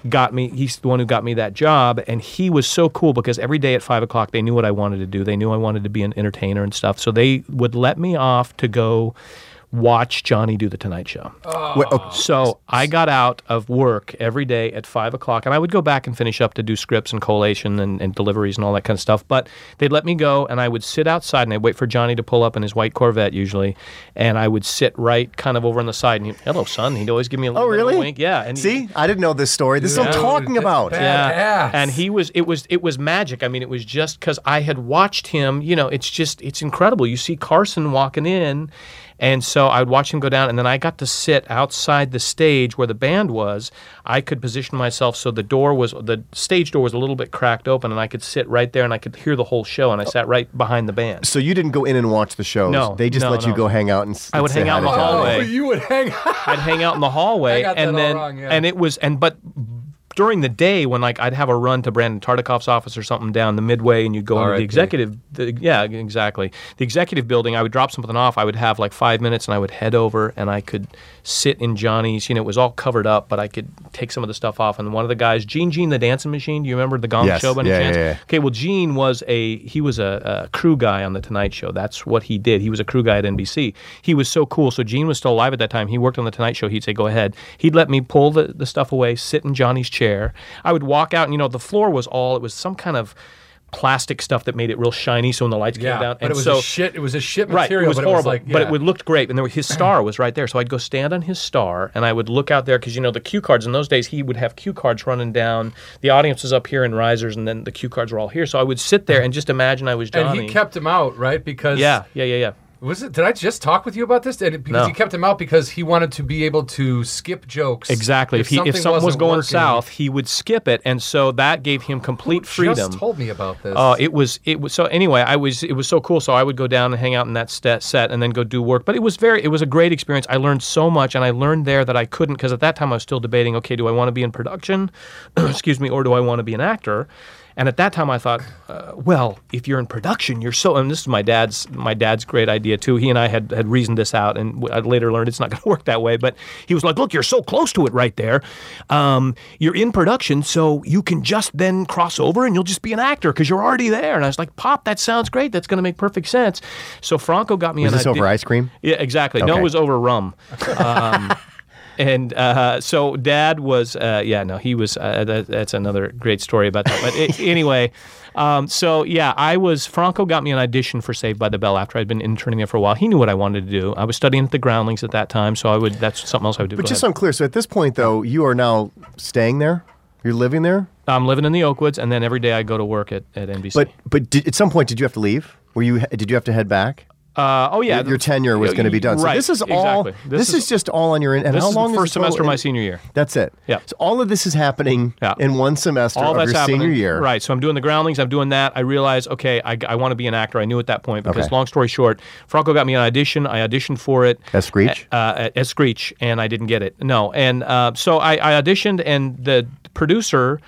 Speaker 3: got me. He's the one who got me that job, and he was so cool because every day at five o'clock they knew what I wanted to do. They knew I wanted to be an entertainer and stuff, so they would let me off to go watch Johnny do the Tonight Show.
Speaker 1: Wait, oh, okay,
Speaker 3: So I got out of work every day at five o'clock, and I would go back and finish up to do scripts and collation and, and deliveries and all that kind of stuff. But they'd let me go, and I would sit outside and I'd wait for Johnny to pull up in his white Corvette usually, and I would sit right kind of over on the side and he, hello son, he'd always give me a little,
Speaker 1: Oh,
Speaker 3: bit of a
Speaker 1: really?
Speaker 3: wink, yeah, and
Speaker 1: See, I didn't know this story. This is
Speaker 2: Dude,
Speaker 1: what I'm talking
Speaker 2: it's
Speaker 1: about.
Speaker 2: bad.
Speaker 3: yeah,
Speaker 2: Badass.
Speaker 3: and he was it was it was magic. I mean, it was just because I had watched him. You know, it's just it's incredible. You see Carson walking in, and so I would watch him go down, and then I got to sit outside the stage where the band was. I could position myself so the door was the stage door was a little bit cracked open, and I could sit right there, and I could hear the whole show, and I sat right behind the band.
Speaker 1: So you didn't go in and watch the shows.
Speaker 3: No,
Speaker 1: they just
Speaker 3: no,
Speaker 1: let you
Speaker 3: no.
Speaker 1: go hang out and. s-
Speaker 3: I would
Speaker 1: say
Speaker 3: hang
Speaker 1: hi
Speaker 3: out in
Speaker 1: to
Speaker 3: the
Speaker 1: John.
Speaker 2: Oh,
Speaker 3: hallway.
Speaker 2: you would hang out.
Speaker 3: I'd hang out in the hallway,
Speaker 2: I got that
Speaker 3: and
Speaker 2: all
Speaker 3: then
Speaker 2: wrong, yeah.
Speaker 3: and it was and but during the day when like I'd have a run to Brandon Tartikoff's office or something down the midway, and you'd go into
Speaker 2: R.I.P..
Speaker 3: the executive, the, yeah, exactly, the executive building. I would drop something off. I would have like five minutes, and I would head over and I could sit in Johnny's. You know, it was all covered up, but I could take some of the stuff off. And one of the guys, Gene Gene, the dancing machine. Do you remember the Gong
Speaker 1: Yes.
Speaker 3: Show? By any
Speaker 1: Yeah,
Speaker 3: chance?
Speaker 1: yeah, yeah.
Speaker 3: Okay, well, Gene was a he was a, a crew guy on the Tonight Show. That's what he did. He was a crew guy at NBC. He was so cool. So Gene was still alive at that time. He worked on the Tonight Show. He'd say, "Go ahead." He'd let me pull the, the stuff away, sit in Johnny's chair. I would walk out, and you know, the floor was all it was some kind of plastic stuff that made it real shiny. So when the lights
Speaker 2: Yeah,
Speaker 3: came down,
Speaker 2: but
Speaker 3: and
Speaker 2: it was
Speaker 3: so
Speaker 2: a shit. It was a shit
Speaker 3: right,
Speaker 2: material.
Speaker 3: it was
Speaker 2: but
Speaker 3: horrible,
Speaker 2: It was like,
Speaker 3: but
Speaker 2: yeah.
Speaker 3: it would looked great. And there were, his star was right there, so I'd go stand on his star, and I would look out there because you know the cue cards in those days. He would have cue cards running down. The audience was up here in risers, and then the cue cards were all here. So I would sit there and just imagine I was
Speaker 2: And
Speaker 3: Johnny.
Speaker 2: he kept him out, right? Because
Speaker 3: yeah, yeah, yeah, yeah.
Speaker 2: was it? Did I just talk with you about this? And it- because
Speaker 3: No.
Speaker 2: he kept him out because he wanted to be able to skip jokes.
Speaker 3: Exactly. If, he, if something was
Speaker 2: wasn't
Speaker 3: going
Speaker 2: working.
Speaker 3: south, he would skip it, and so that gave him complete freedom.
Speaker 2: Just told me about this.
Speaker 3: Oh, it was it was so anyway. I was it was so cool. So I would go down and hang out in that set, set and then go do work. But it was very it was a great experience. I learned so much, and I learned there that I couldn't because at that time I was still debating. Okay, do I want to be in production? excuse me, or do I want to be an actor? And at that time, I thought, uh, well, if you're in production, you're so. And this is my dad's my dad's great idea too. He and I had had reasoned this out, and w- I later learned it's not going to work that way. But he was like, "Look, you're so close to it right there. Um, you're in production, so you can just then cross over, and you'll just be an actor because you're already there." And I was like, "Pop, that sounds great. That's going to make perfect sense." So Franco got me
Speaker 1: Is
Speaker 3: an
Speaker 1: this
Speaker 3: idea.
Speaker 1: over ice cream?
Speaker 3: Yeah, exactly. No,
Speaker 1: Okay.
Speaker 3: it was over rum. Um, and uh, so dad was, uh, yeah, no, he was, uh, that, that's another great story about that. But it, anyway, um, so yeah, I was, Franco got me an audition for Saved by the Bell after I'd been interning there for a while. He knew what I wanted to do. I was studying at the Groundlings at that time, so I would, that's something else I would do.
Speaker 1: But
Speaker 3: Go
Speaker 1: just so
Speaker 3: ahead.
Speaker 1: I'm clear, so at this point, though, you are now staying there? You're living there?
Speaker 3: I'm living in the Oakwoods, and then every day I go to work at, at NBC.
Speaker 1: But but did, at some point, did you have to leave? Were you Did you have to head back?
Speaker 3: uh, oh, yeah.
Speaker 1: Your- your tenure was
Speaker 3: y-
Speaker 1: going to be done.
Speaker 3: Right,
Speaker 1: So this is all.
Speaker 3: exactly.
Speaker 1: This, is, just all on your. And
Speaker 3: this
Speaker 1: how
Speaker 3: is
Speaker 1: long
Speaker 3: the
Speaker 1: is
Speaker 3: first
Speaker 1: this all
Speaker 3: semester of my
Speaker 1: in-
Speaker 3: senior year.
Speaker 1: That's it.
Speaker 3: Yeah.
Speaker 1: So all of this is happening
Speaker 3: Yeah.
Speaker 1: in one semester
Speaker 3: all
Speaker 1: of
Speaker 3: that's
Speaker 1: your
Speaker 3: happening.
Speaker 1: senior year.
Speaker 3: Right. So I'm doing the groundlings. I'm doing that. I realize, okay, I, want to be an actor. I knew at that point because,
Speaker 1: Okay.
Speaker 3: long story short, Franco got me an audition. I auditioned for it.
Speaker 1: As Screech?
Speaker 3: Uh, at, at Screech, and I didn't get it. No. And uh, so I, I auditioned, and the producer.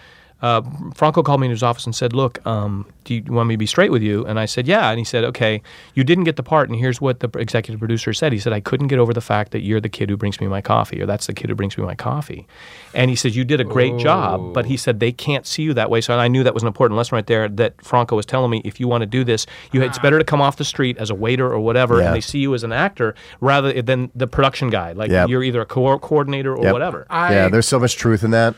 Speaker 3: Uh, Franco called me in his office and said, "Look, um, do you want me to be straight with you?" And I said, "Yeah." And he said, "Okay, you didn't get the part, and here's what the executive producer said." He said, "I couldn't get over the fact that you're the kid who brings me my coffee, or that's the kid who brings me my coffee," and he said, "You did a great job, but he said they can't see you that way." So and I knew that was an important lesson right there. That Franco was telling me, if you want to do this, you it's better to come off the street as a waiter or whatever,
Speaker 1: Yeah.
Speaker 3: and they see you as an actor rather than the production guy. Like
Speaker 1: Yep.
Speaker 3: you're either a co- coordinator or
Speaker 1: Yep.
Speaker 3: whatever.
Speaker 2: I,
Speaker 1: yeah, there's so much truth in that.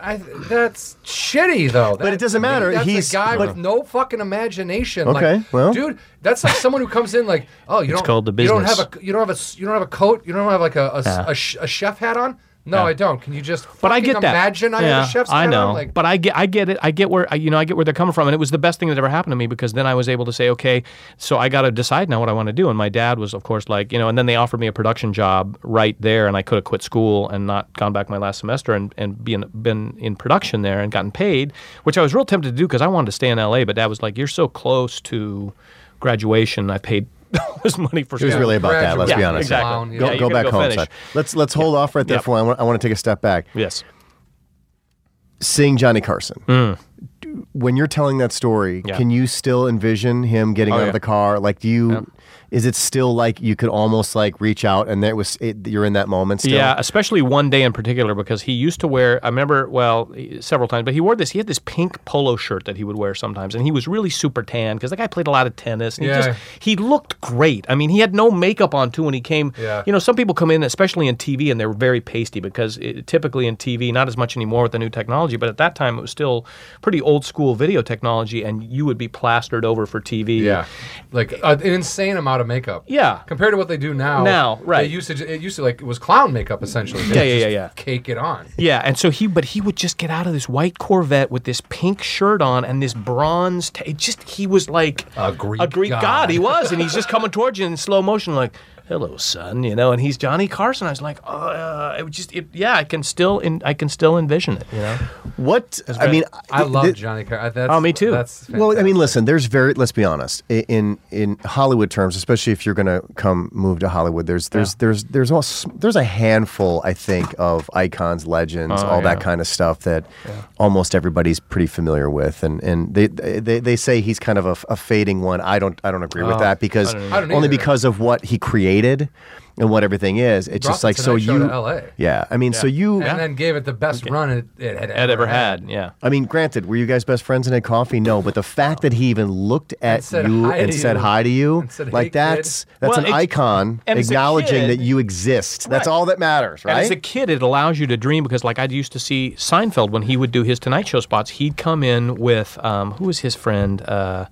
Speaker 2: I, that's shitty though. That-
Speaker 1: it doesn't matter.
Speaker 2: That's
Speaker 1: He's-
Speaker 2: a guy
Speaker 1: but-
Speaker 2: with no fucking imagination.
Speaker 1: Okay,
Speaker 2: like,
Speaker 1: well.
Speaker 2: dude, that's like someone who comes in like, oh, you
Speaker 3: It's
Speaker 2: don't
Speaker 3: called the
Speaker 2: You don't
Speaker 3: business.
Speaker 2: have a you don't have a you don't have a coat. You don't have like a a, a sh- a chef hat on. No, I don't. Can you just?
Speaker 3: but I
Speaker 2: fucking
Speaker 3: get that.
Speaker 2: Imagine I
Speaker 3: yeah,
Speaker 2: have a chef's
Speaker 3: I
Speaker 2: hat
Speaker 3: know.
Speaker 2: on. Like,
Speaker 3: but I get, I get it. I get where I- you know, I get where they're coming from, and it was the best thing that ever happened to me because then I was able to say, okay, so I got to decide now what I want to do. And my dad was, of course, like you know, and then they offered me a production job right there, and I could have quit school and not gone back my last semester and and been been in production there and gotten paid, which I was real tempted to do because I wanted to stay in L.A. But dad was like, you're so close to graduation. I paid all this money for
Speaker 1: It was
Speaker 3: school.
Speaker 1: really about that. Let's
Speaker 3: Yeah,
Speaker 1: be honest.
Speaker 3: exactly.
Speaker 2: Clown, yeah.
Speaker 1: Go,
Speaker 3: Yeah,
Speaker 1: go
Speaker 3: you gotta
Speaker 1: back
Speaker 3: go
Speaker 1: home,
Speaker 3: finish.
Speaker 1: son. Let's let's hold off right there
Speaker 3: Yep.
Speaker 1: for a while. I want to take a step back.
Speaker 3: yes.
Speaker 1: Seeing Johnny Carson. Do- When you're telling that story,
Speaker 3: Mm. Yeah.
Speaker 1: can you still envision him getting
Speaker 3: Oh,
Speaker 1: out
Speaker 3: yeah.
Speaker 1: of the car? Like, do you? Is it still like you could almost like reach out and there was it, you're in that moment still?
Speaker 3: Yeah, especially one day in particular because he used to wear. I remember well eh, several times, but he wore this. He had this pink polo shirt that he would wear sometimes, and he was really super tan because the guy played a lot of tennis. And
Speaker 2: Yeah.
Speaker 3: he just he looked great. I mean, he had no makeup on too when he came.
Speaker 2: Yeah.
Speaker 3: You know, some people come in, especially in TV, and they're very pasty because it, typically in TV, not as much anymore with the new technology, but at that time it was still pretty old school video technology, and you would be plastered over for TV.
Speaker 2: yeah, like a- an insane amount of makeup.
Speaker 3: Yeah.
Speaker 2: compared to what they do now.
Speaker 3: Now, right.
Speaker 2: They used to. ju- It used to like it was clown makeup essentially. They
Speaker 3: Yeah, yeah,
Speaker 2: just
Speaker 3: yeah, yeah.
Speaker 2: Cake it on.
Speaker 3: Yeah, and so he, but he would just get out of this white Corvette with this pink shirt on and this bronze. ta it just he was like
Speaker 2: A Greek
Speaker 3: a Greek god.
Speaker 2: god.
Speaker 3: He was, and he's just coming towards you in slow motion, like "Hello, son," you know. And he's Johnny Carson. I was like, uh, it was just, it, yeah, I can still, in, I can still envision it, you know.
Speaker 1: What? I mean,
Speaker 2: I
Speaker 1: th-
Speaker 2: love
Speaker 1: th-
Speaker 2: Johnny Car. I- That's,
Speaker 3: Oh, me too.
Speaker 2: That's
Speaker 1: Well, I mean, listen. There's very. Let's be honest. i- In in Hollywood terms, especially if you're going to come move to Hollywood, there's there's there's there's all s- there's a handful, I think, of icons,
Speaker 2: Oh,
Speaker 1: legends, all that
Speaker 3: yeah.
Speaker 1: kind of stuff that almost everybody's pretty familiar with, and and they they, they say he's kind of a, f- a fading one. I don't I don't agree with that because
Speaker 2: Oh, I don't
Speaker 1: only
Speaker 2: either.
Speaker 1: because of what he dated and what everything is. It's
Speaker 2: Brought
Speaker 1: just like
Speaker 2: the
Speaker 1: so
Speaker 2: Tonight Show
Speaker 1: you.
Speaker 2: to LA.
Speaker 1: Yeah, I mean, so you.
Speaker 2: and then gave it the best run it, it had
Speaker 3: Ed
Speaker 2: ever
Speaker 3: ever had. Yeah.
Speaker 1: I mean, granted, were you guys best friends and had coffee? No, but the fact that he even looked at
Speaker 2: said
Speaker 1: you
Speaker 2: hi to
Speaker 1: and said
Speaker 2: you.
Speaker 1: hi to you,
Speaker 2: And said, "Hey,
Speaker 1: like
Speaker 2: kid."
Speaker 1: that's that's
Speaker 3: Well,
Speaker 1: an
Speaker 3: it's-
Speaker 1: icon
Speaker 3: and as a
Speaker 1: acknowledging
Speaker 3: kid-
Speaker 1: that you exist. That's
Speaker 3: Right.
Speaker 1: all that matters,
Speaker 3: And as a
Speaker 1: right?
Speaker 3: kid, it allows you to dream because, like, I used to see Seinfeld when he would do his Tonight Show spots. He'd come in with um, who was his friend? Uh,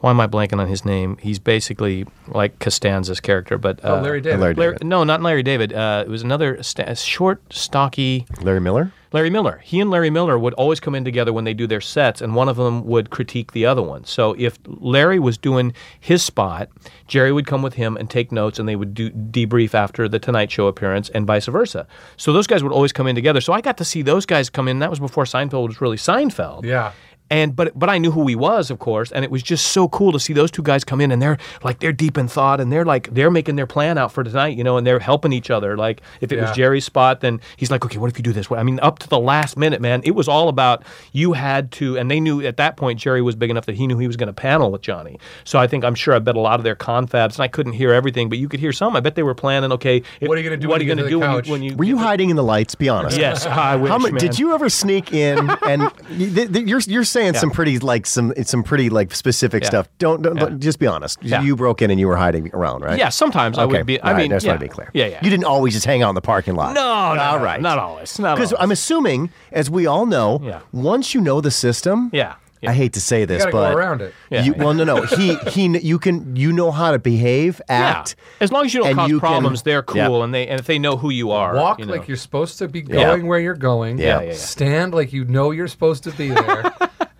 Speaker 3: why am I blanking on his name? He's basically like Costanza's character, but uh,
Speaker 2: Oh, Larry David.
Speaker 1: Larry,
Speaker 3: Larry-
Speaker 1: David.
Speaker 3: no, not Larry David. Uh, it was another sta short, stocky.
Speaker 1: Larry Miller.
Speaker 3: Larry Miller. He and Larry Miller would always come in together when they do their sets, and one of them would critique the other one. So if Larry was doing his spot, Jerry would come with him and take notes, and they would do debrief after the Tonight Show appearance, and vice versa. So those guys would always come in together. So I got to see those guys come in. That was before Seinfeld was really Seinfeld.
Speaker 2: Yeah.
Speaker 3: And but but I knew who he was, of course, and it was just so cool to see those two guys come in and they're like they're deep in thought and they're like they're making their plan out for tonight, you know, and they're helping each other. Like if it was
Speaker 2: Yeah.
Speaker 3: Jerry's spot, then he's like, okay, what if you do this? What- I mean, up to the last minute, man, it was all about you had to, and they knew at that point Jerry was big enough that he knew he was going to panel with Johnny. So I think I'm sure I bet a lot of their confabs, and I couldn't hear everything, but you could hear some. I bet they were planning, okay, if-
Speaker 2: What are you gonna do
Speaker 3: What
Speaker 2: when
Speaker 3: are you
Speaker 2: you
Speaker 3: going to
Speaker 2: get to
Speaker 3: do
Speaker 2: the
Speaker 3: when
Speaker 2: couch?
Speaker 3: you, when you?
Speaker 1: Were you hiding in the lights? Be honest.
Speaker 3: Yes, I wish.
Speaker 1: How mu-
Speaker 3: man.
Speaker 1: did you ever sneak in and you- th- th- you're you're saying some pretty like some some pretty like specific
Speaker 3: Yeah.
Speaker 1: stuff? Don't, don't don't- just be honest.
Speaker 3: Yeah.
Speaker 1: You broke in and you were hiding around, right?
Speaker 3: Yeah, sometimes I
Speaker 1: Okay.
Speaker 3: would be. I
Speaker 1: All right,
Speaker 3: mean,
Speaker 1: just
Speaker 3: yeah.
Speaker 1: want to be clear.
Speaker 3: Yeah, yeah.
Speaker 1: You didn't always just hang out in the parking lot.
Speaker 3: No, no,
Speaker 1: All
Speaker 3: all right,
Speaker 1: right.
Speaker 3: not always, not
Speaker 1: Because
Speaker 3: always.
Speaker 1: I'm assuming, as we all know,
Speaker 3: Yeah.
Speaker 1: once you know the system,
Speaker 3: Yeah, yeah.
Speaker 1: I hate to say this,
Speaker 2: gotta go
Speaker 1: but
Speaker 2: around it.
Speaker 3: Yeah.
Speaker 1: you- well, no, no. He, he, kn- you can, you know how to behave, act.
Speaker 3: As long as you don't
Speaker 1: and
Speaker 3: cause
Speaker 1: you can-
Speaker 3: problems, they're cool,
Speaker 1: Yeah.
Speaker 3: and they and if they know who you are,
Speaker 2: Walk
Speaker 3: you know.
Speaker 2: like you're supposed to be going where you're going.
Speaker 1: Yeah. Yeah, yeah,
Speaker 3: yeah.
Speaker 2: Stand like you know you're supposed to be there,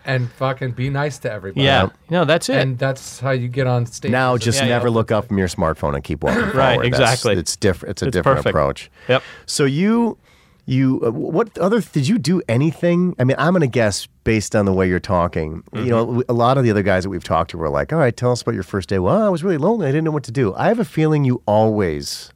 Speaker 2: and fucking be nice to everybody.
Speaker 3: Yeah, no, that's it.
Speaker 2: And that's how you get on stage.
Speaker 1: Now, just
Speaker 3: Yeah, yeah.
Speaker 1: never look up from your smartphone and keep walking.
Speaker 3: Right,
Speaker 1: forward. That's-
Speaker 3: exactly.
Speaker 1: It's different. It's a
Speaker 3: It's
Speaker 1: different
Speaker 3: perfect.
Speaker 1: approach.
Speaker 3: Yep.
Speaker 1: So you, you, uh, what other did you do anything? I mean, I'm gonna guess based on the way you're talking. You
Speaker 3: Mm-hmm.
Speaker 1: know, a lot of the other guys that we've talked to were like, "All right, tell us about your first day." Well, I was really lonely. I didn't know what to do. I have a feeling you always.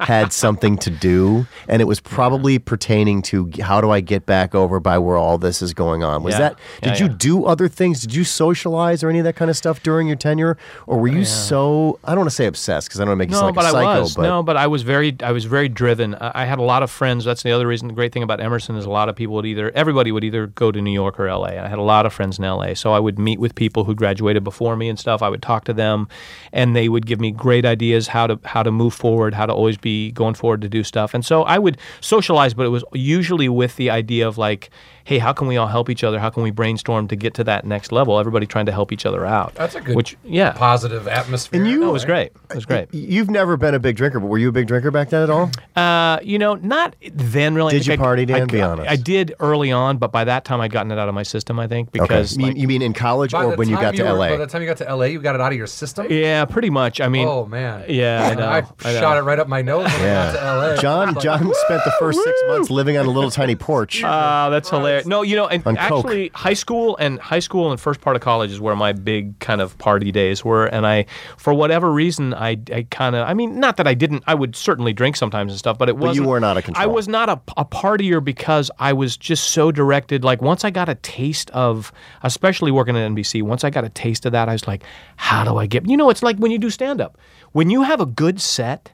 Speaker 1: had something to do, and it was probably pertaining to g- how do I get back over by where all this is going on. Was
Speaker 3: Yeah.
Speaker 1: that?
Speaker 3: Yeah,
Speaker 1: Did you
Speaker 3: yeah.
Speaker 1: do other things? Did you socialize or any of that kind of stuff during your tenure, or were you so I don't want to say obsessed because I don't want to make you
Speaker 3: no,
Speaker 1: sound
Speaker 3: but
Speaker 1: like a
Speaker 3: I
Speaker 1: psycho,
Speaker 3: was
Speaker 1: but
Speaker 3: no, but I was very I was very driven. I, I had a lot of friends. That's the other reason. The great thing about Emerson is a lot of people would either everybody would either go to New York or L.A. I had a lot of friends in L.A. So I would meet with people who graduated before me and stuff. I would talk to them, and they would give me great ideas how to how to move forward, how to always be going forward to do stuff. And so I would socialize, but it was usually with the idea of like, hey, how can we all help each other? How can we brainstorm to get to that next level? Everybody trying to help each other out.
Speaker 2: That's a good
Speaker 3: Which yeah.
Speaker 2: positive atmosphere. eh?
Speaker 1: And you-
Speaker 3: No, it was great. It was great.
Speaker 1: You've never been a big drinker, but were you a big drinker back then at all?
Speaker 3: Uh, you know, not then really. I
Speaker 1: Did
Speaker 3: think
Speaker 1: you
Speaker 3: I-
Speaker 1: party,
Speaker 3: I-
Speaker 1: Dan? Be
Speaker 3: I-
Speaker 1: honest.
Speaker 3: I did early on, but by that time I'd gotten it out of my system. I think because
Speaker 1: you, mean,
Speaker 3: like,
Speaker 1: you mean in college
Speaker 2: By
Speaker 1: or
Speaker 2: the
Speaker 1: when you
Speaker 2: time
Speaker 1: got to
Speaker 2: were-
Speaker 1: LA?
Speaker 2: By the time you got to LA, you got it out of your system.
Speaker 3: yeah, pretty much. I mean,
Speaker 2: Oh man.
Speaker 3: Yeah, I know, I know.
Speaker 2: shot it right up my nose when I got to LA.
Speaker 1: John John spent the first six months living on a little tiny porch.
Speaker 3: Ah, that's hilarious. No, you know, and
Speaker 1: On Coke.
Speaker 3: actually, high school and high school and first part of college is where my big kind of party days were. And I, for whatever reason, I, I kind of, I mean, not that I didn't, I would certainly drink sometimes and stuff, but it
Speaker 1: you
Speaker 3: wasn't.
Speaker 1: were not in control.
Speaker 3: I was not a, a partier because I was just so directed. Like once I got a taste of, especially working at NBC, once I got a taste of that, I was like, how do I get? You know, it's like when you do stand up, when you have a good set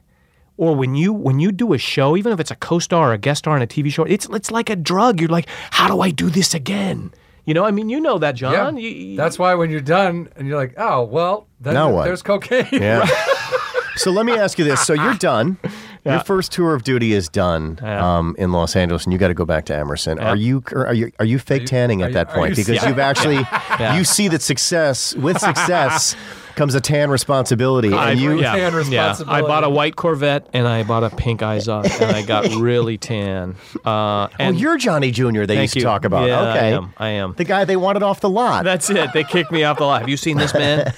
Speaker 3: or when you when you do a show, even if it's a co-star or a guest star on a TV show, it's it's like a drug. You're like, how do I do this again? You know, I mean, you know that,
Speaker 2: Yeah.
Speaker 3: John. You- you-
Speaker 2: That's why when you're done and you're like, oh well, then
Speaker 1: Now what?
Speaker 2: there's cocaine.
Speaker 1: Yeah. so let me ask you this: So you're done. Your first tour of duty is done um, in Los Angeles, and you got to go back to Emerson. Are you are you are you fake tanning
Speaker 2: are
Speaker 1: at
Speaker 2: you-
Speaker 1: that
Speaker 2: are
Speaker 1: point?
Speaker 2: you-
Speaker 1: because
Speaker 2: yeah.
Speaker 1: you've actually you see that success with success comes a tan responsibility,
Speaker 3: I,
Speaker 1: and you
Speaker 3: yeah,
Speaker 2: tan
Speaker 3: yeah. I
Speaker 2: responsibility.
Speaker 3: bought a white Corvette and I bought a pink eyes up, and I got really tan. Uh,
Speaker 1: well,
Speaker 3: and
Speaker 1: you're Johnny Jr. They
Speaker 3: Thank
Speaker 1: used to
Speaker 3: you.
Speaker 1: talk about.
Speaker 3: Yeah, I
Speaker 1: okay,
Speaker 3: am. I am.
Speaker 1: the guy they wanted off the lot.
Speaker 3: That's it. They kicked me off the lot. Have you seen this man?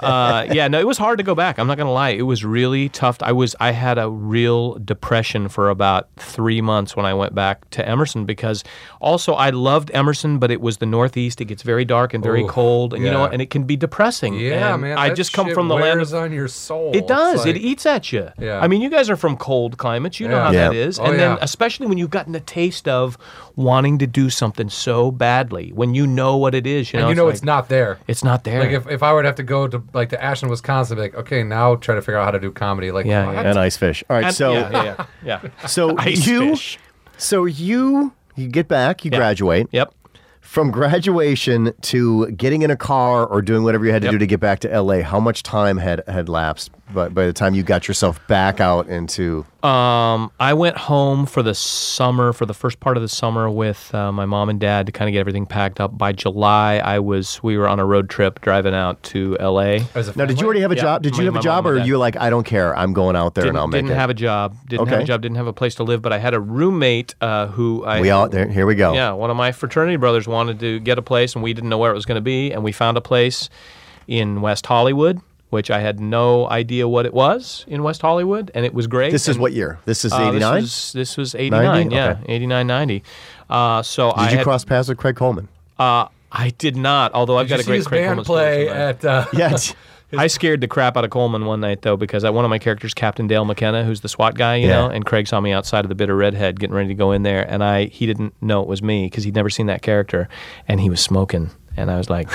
Speaker 3: Uh, yeah, no, it was hard to go back. I'm not gonna lie. It was really tough. I was I had a real depression for about three months when I went back to Emerson because also I loved Emerson, but it was the Northeast. It gets very dark and very
Speaker 2: Oof,
Speaker 3: cold, and you know,
Speaker 2: yeah.
Speaker 3: what? and it can be depressing.
Speaker 2: Yeah,
Speaker 3: and,
Speaker 2: man.
Speaker 3: I
Speaker 2: That
Speaker 3: just come
Speaker 2: shit
Speaker 3: from the land
Speaker 2: wears
Speaker 3: of-
Speaker 2: on your soul.
Speaker 3: It does.
Speaker 2: It's like-
Speaker 3: it eats at you.
Speaker 2: Yeah.
Speaker 3: I mean, you guys are from cold climates. You know
Speaker 2: Yeah.
Speaker 3: how that
Speaker 1: Yeah.
Speaker 3: is.
Speaker 2: Oh,
Speaker 3: and
Speaker 2: yeah.
Speaker 3: then, especially when you've gotten a taste of wanting to do something so badly, when you know what it is, you know,
Speaker 2: and you know
Speaker 3: like,
Speaker 2: it's not there.
Speaker 3: It's not there.
Speaker 2: Like if, if I would have to go to like to Ashland, Wisconsin, be like, okay, now try to figure out how to do comedy. Like,
Speaker 3: Yeah,
Speaker 2: what?
Speaker 3: yeah.
Speaker 1: and ice fish. All right,
Speaker 3: And-
Speaker 1: so
Speaker 3: yeah, yeah, yeah. yeah.
Speaker 1: so
Speaker 3: Ice
Speaker 1: you
Speaker 3: fish.
Speaker 1: so you you get back, you graduate.
Speaker 3: Yep.
Speaker 1: From graduation to getting in a car or doing whatever you had to
Speaker 3: Yep.
Speaker 1: do to get back to LA, how much time had had lapsed by, by the time you got yourself back out into
Speaker 3: Um, I went home for the summer, for the first part of the summer with uh, my mom and dad to kind of get everything packed up. By July, I was we were on a road trip driving out to L.A.
Speaker 2: As a
Speaker 1: Now, did you already have a
Speaker 3: Yeah,
Speaker 1: job? Did you
Speaker 3: my-
Speaker 1: have
Speaker 3: my
Speaker 1: a job,
Speaker 3: mom
Speaker 1: or
Speaker 3: and dad.
Speaker 1: you were like, I don't care, I'm going out there and
Speaker 3: Didn't,
Speaker 1: I'll make
Speaker 3: didn't
Speaker 1: it.
Speaker 3: have a job. Didn't have
Speaker 1: Okay.
Speaker 3: a job. Didn't have a place to live. But I had a roommate uh, who I
Speaker 1: we all there. Here we go.
Speaker 3: Yeah, one of my fraternity brothers wanted to get a place, and we didn't know where it was going to be, and we found a place in West Hollywood, which I had no idea what it was in West Hollywood, and it was great.
Speaker 1: This is
Speaker 3: and,
Speaker 1: what year? This is
Speaker 3: uh,
Speaker 1: '89.
Speaker 3: This was, this was 89, yeah,
Speaker 1: Okay.
Speaker 3: 89, 90. Uh, so I
Speaker 1: Did you
Speaker 3: had,
Speaker 1: cross paths with Craig Coleman?
Speaker 3: Uh, I did not, although I've
Speaker 2: Did
Speaker 3: got
Speaker 2: you
Speaker 3: a
Speaker 2: see
Speaker 3: great
Speaker 2: his
Speaker 3: Craig
Speaker 2: band
Speaker 3: Coleman story
Speaker 2: play
Speaker 3: from
Speaker 2: at
Speaker 3: that.
Speaker 2: uh,
Speaker 1: Yeah. it's-
Speaker 3: I scared the crap out of Coleman one night though because I, one of my characters, Captain Dale McKenna, who's the SWAT guy, you
Speaker 1: Yeah.
Speaker 3: know, and Craig saw me outside of the Bitter Redhead getting ready to go in there, and I he didn't know it was me because he'd never seen that character, and he was smoking, and I was like.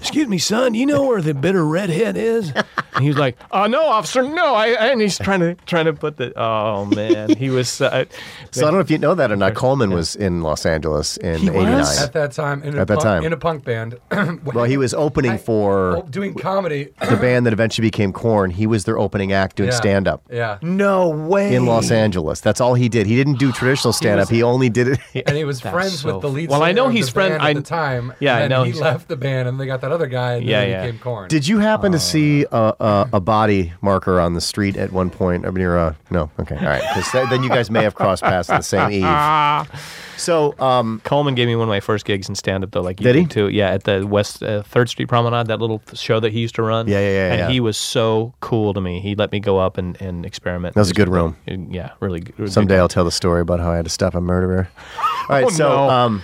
Speaker 3: Excuse me, son. You know where the bitter redhead is? And he was like, "Oh no, officer, no." I, I- and he's trying to trying to put the. Oh man, he was. Uh,
Speaker 1: so I don't know if you know that or not. Coleman was in Los Angeles in
Speaker 3: He was?
Speaker 1: '89.
Speaker 2: at that time in a
Speaker 1: At that
Speaker 2: punk,
Speaker 1: time.
Speaker 2: in a punk band.
Speaker 1: Well, he was opening for
Speaker 2: uh, doing comedy.
Speaker 1: the band that eventually became Corn. He was their opening act doing
Speaker 2: Yeah.
Speaker 1: stand up
Speaker 2: Yeah.
Speaker 3: no way
Speaker 1: in Los Angeles. That's all he did. He didn't do traditional stand up. He only did it.
Speaker 2: And he was
Speaker 3: That's
Speaker 2: friends
Speaker 3: so
Speaker 2: with the lead
Speaker 3: fu- Well, I
Speaker 2: singer
Speaker 3: know
Speaker 2: of
Speaker 3: he's
Speaker 2: the
Speaker 3: friend-
Speaker 2: band
Speaker 3: I-
Speaker 2: at the time.
Speaker 3: Yeah, I
Speaker 2: and
Speaker 3: know
Speaker 2: He
Speaker 3: he's-
Speaker 2: left the band, and they got that other guy, and
Speaker 3: Yeah,
Speaker 2: then
Speaker 3: yeah.
Speaker 2: he became Corn.
Speaker 1: Did you happen to see a, a, a body marker on the street at one point? I mean, you're, uh, no, okay, all right. Because then you guys may have crossed paths on the same eve. So, um,
Speaker 3: Ah. Coleman gave me one of my first gigs in stand up though, like you
Speaker 1: Did he?
Speaker 3: too. Yeah, at the West uh, Third Street Promenade, that little show that he used to run.
Speaker 1: Yeah, yeah, yeah,
Speaker 3: And
Speaker 1: yeah.
Speaker 3: he was so cool to me. He let me go up and, and experiment.
Speaker 1: that was a good room.
Speaker 3: And, yeah, really. good- really
Speaker 1: Someday I'll tell the story about how I had to stop a murderer. All right,
Speaker 3: Oh,
Speaker 1: so
Speaker 3: no.
Speaker 1: um,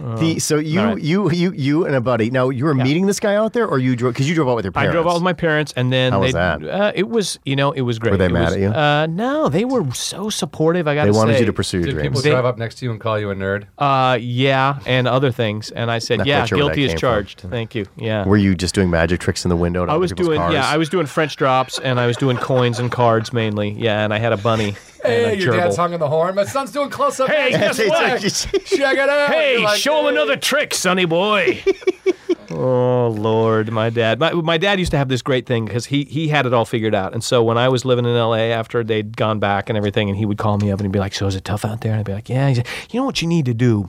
Speaker 1: the so you
Speaker 3: all right.
Speaker 1: you you you and a buddy. Now you were meeting this guy out there, or you drove because you drove out with your
Speaker 3: I
Speaker 1: parents.
Speaker 3: drove out with my parents, and then
Speaker 1: How
Speaker 3: they,
Speaker 1: was that?
Speaker 3: Uh, it was, you know, it was great.
Speaker 1: Were they
Speaker 3: It
Speaker 1: mad
Speaker 3: was-
Speaker 1: at you?
Speaker 3: Uh, no, they were so supportive. I got.
Speaker 1: They wanted you to pursue your
Speaker 2: Did people
Speaker 1: dreams.
Speaker 3: They-
Speaker 2: drive up next to you and call you a nerd?
Speaker 3: Uh, yeah, and other things, and I said,
Speaker 1: Not
Speaker 3: yeah,
Speaker 1: quite sure where that
Speaker 3: guilty
Speaker 1: came
Speaker 3: as
Speaker 1: from.
Speaker 3: charged. Thank you. Yeah.
Speaker 1: Were you just doing magic tricks in the window? to
Speaker 3: I
Speaker 1: other
Speaker 3: was
Speaker 1: people's
Speaker 3: doing
Speaker 1: cars?
Speaker 3: yeah, I was doing French drops and I was doing coins and cards mainly. Yeah, and I had a bunny.
Speaker 2: Hey,
Speaker 3: and a
Speaker 2: your dad's
Speaker 3: gerbil.
Speaker 2: hung on the horn. My son's doing close up.
Speaker 3: Hey, guess what?
Speaker 2: Check it out. You're like, hey.
Speaker 3: trick, sonny boy. oh Lord, my dad. My, my dad used to have this great thing because he he had it all figured out. And so when I was living in L.A. after they'd gone back and everything, and he would call me up and he'd be like, "So is it tough out there?" And I'd be like, "Yeah." He said, "You know what you need to do."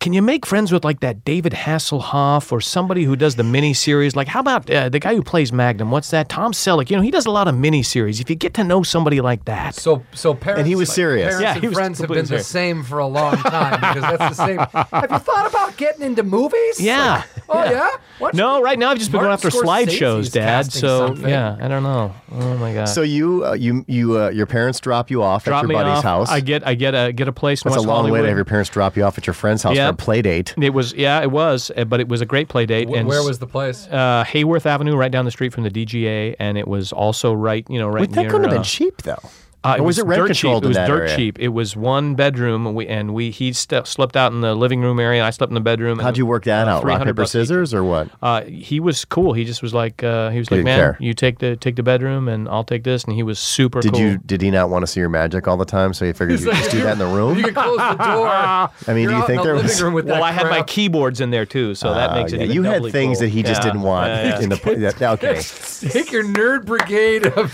Speaker 3: Can you make friends with like that David Hasselhoff or somebody who does the mini series? Like, how about uh, the guy who plays Magnum? What's that? Tom Selleck. You know, he does a lot of mini series. If you get to know somebody like that,
Speaker 2: So, so parents
Speaker 1: And he was serious.
Speaker 2: Parents
Speaker 3: Yeah,
Speaker 2: and
Speaker 3: he was
Speaker 2: friends have been
Speaker 3: completely
Speaker 2: the
Speaker 3: serious.
Speaker 2: same for a long time because that's the same. have you thought about getting into movies?
Speaker 3: Yeah.
Speaker 2: Like, oh yeah. What?
Speaker 3: No, right now I've just been
Speaker 2: Martin
Speaker 3: going after slideshows,
Speaker 2: Scorsese's
Speaker 3: Dad.
Speaker 2: casting
Speaker 3: So
Speaker 2: something.
Speaker 3: yeah, I don't know. Oh my god.
Speaker 1: So you uh, you you uh, your parents drop you off
Speaker 3: drop
Speaker 1: at
Speaker 3: me
Speaker 1: your buddy's
Speaker 3: off.
Speaker 1: house.
Speaker 3: I get I get a get a place. in
Speaker 1: That's a
Speaker 3: West
Speaker 1: long way
Speaker 3: Hollywood.
Speaker 1: to have your parents drop you off at your friend's house
Speaker 3: Yeah.
Speaker 1: for a play date.
Speaker 3: It was yeah, it was, uh, but it was a great play date.
Speaker 2: Wh-
Speaker 3: and
Speaker 2: where
Speaker 3: s-
Speaker 2: was the place?
Speaker 3: uh, Hayworth Avenue, right down the street from the DGA, and it was also right you know right
Speaker 1: But that
Speaker 3: near.
Speaker 1: couldn't have
Speaker 3: uh,
Speaker 1: been cheap though.
Speaker 3: Uh,
Speaker 1: or was, it rent
Speaker 3: dirt cheap.
Speaker 1: controlled
Speaker 3: It was
Speaker 1: in that
Speaker 3: dirt
Speaker 1: area?
Speaker 3: cheap. It was one bedroom, and we and we he st- slept out in the living room area, and I slept in the bedroom.
Speaker 1: How'd you work that out? Rock
Speaker 3: 300
Speaker 1: paper
Speaker 3: Uh, bucks each.
Speaker 1: scissors or what?
Speaker 3: Uh, he was cool. He just was like, uh, he was like,
Speaker 1: didn't
Speaker 3: man,
Speaker 1: care.
Speaker 3: you take the take the bedroom, and I'll take this, and he was super
Speaker 1: Did
Speaker 3: cool.
Speaker 1: you did he not want to see your magic all the time? So he figured you just do that in the room.
Speaker 2: You can close the door. I
Speaker 1: mean,
Speaker 2: You're
Speaker 1: do you
Speaker 2: out
Speaker 1: think
Speaker 2: in the
Speaker 1: there
Speaker 2: living
Speaker 1: was-
Speaker 2: room with
Speaker 3: well,
Speaker 2: that
Speaker 3: I had my
Speaker 2: crowd.
Speaker 3: keyboards in there too, so that
Speaker 1: Ah,
Speaker 3: makes it.
Speaker 1: yeah,
Speaker 3: even
Speaker 1: you had
Speaker 3: doubly
Speaker 1: things
Speaker 3: cool.
Speaker 1: that he just
Speaker 3: Yeah,
Speaker 1: didn't want
Speaker 3: yeah, yeah.
Speaker 1: in the pl- that, okay.
Speaker 2: Take your nerd brigade of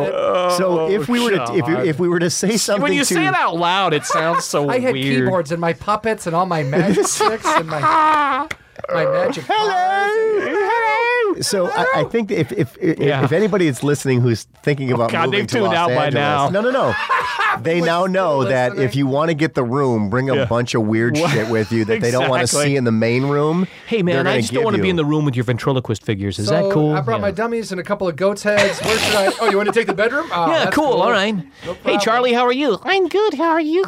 Speaker 1: So so if we were to if, you- if we were to say something
Speaker 3: Oh, when you
Speaker 1: to
Speaker 3: say it out loud, it sounds so
Speaker 2: I had
Speaker 3: weird.
Speaker 2: keyboards and my puppets and all my magic sticks and my my magic. Hello.
Speaker 1: so I, I think that if if if,
Speaker 3: Yeah.
Speaker 1: if anybody that's listening who's thinking about
Speaker 3: God,
Speaker 1: moving
Speaker 3: they've
Speaker 1: to
Speaker 3: tuned
Speaker 1: Los
Speaker 3: out by
Speaker 1: Angeles,
Speaker 3: now.
Speaker 1: no no no, they now know that if
Speaker 2: listening?
Speaker 1: you want to get the room, bring a
Speaker 3: Yeah.
Speaker 1: bunch of weird shit with you that they don't want to
Speaker 3: Exactly.
Speaker 1: see in the main room.
Speaker 3: Hey man, I just don't want to be in the room with your ventriloquist figures. Is that cool?
Speaker 2: I brought
Speaker 3: yeah.
Speaker 2: my dummies and a couple of goat's heads. Where should I? Oh, you want to take the bedroom? Oh,
Speaker 3: Yeah,
Speaker 2: that's
Speaker 3: cool. All right.
Speaker 2: No
Speaker 3: hey
Speaker 2: problem.
Speaker 3: Charlie, how are you? I'm good. How are you?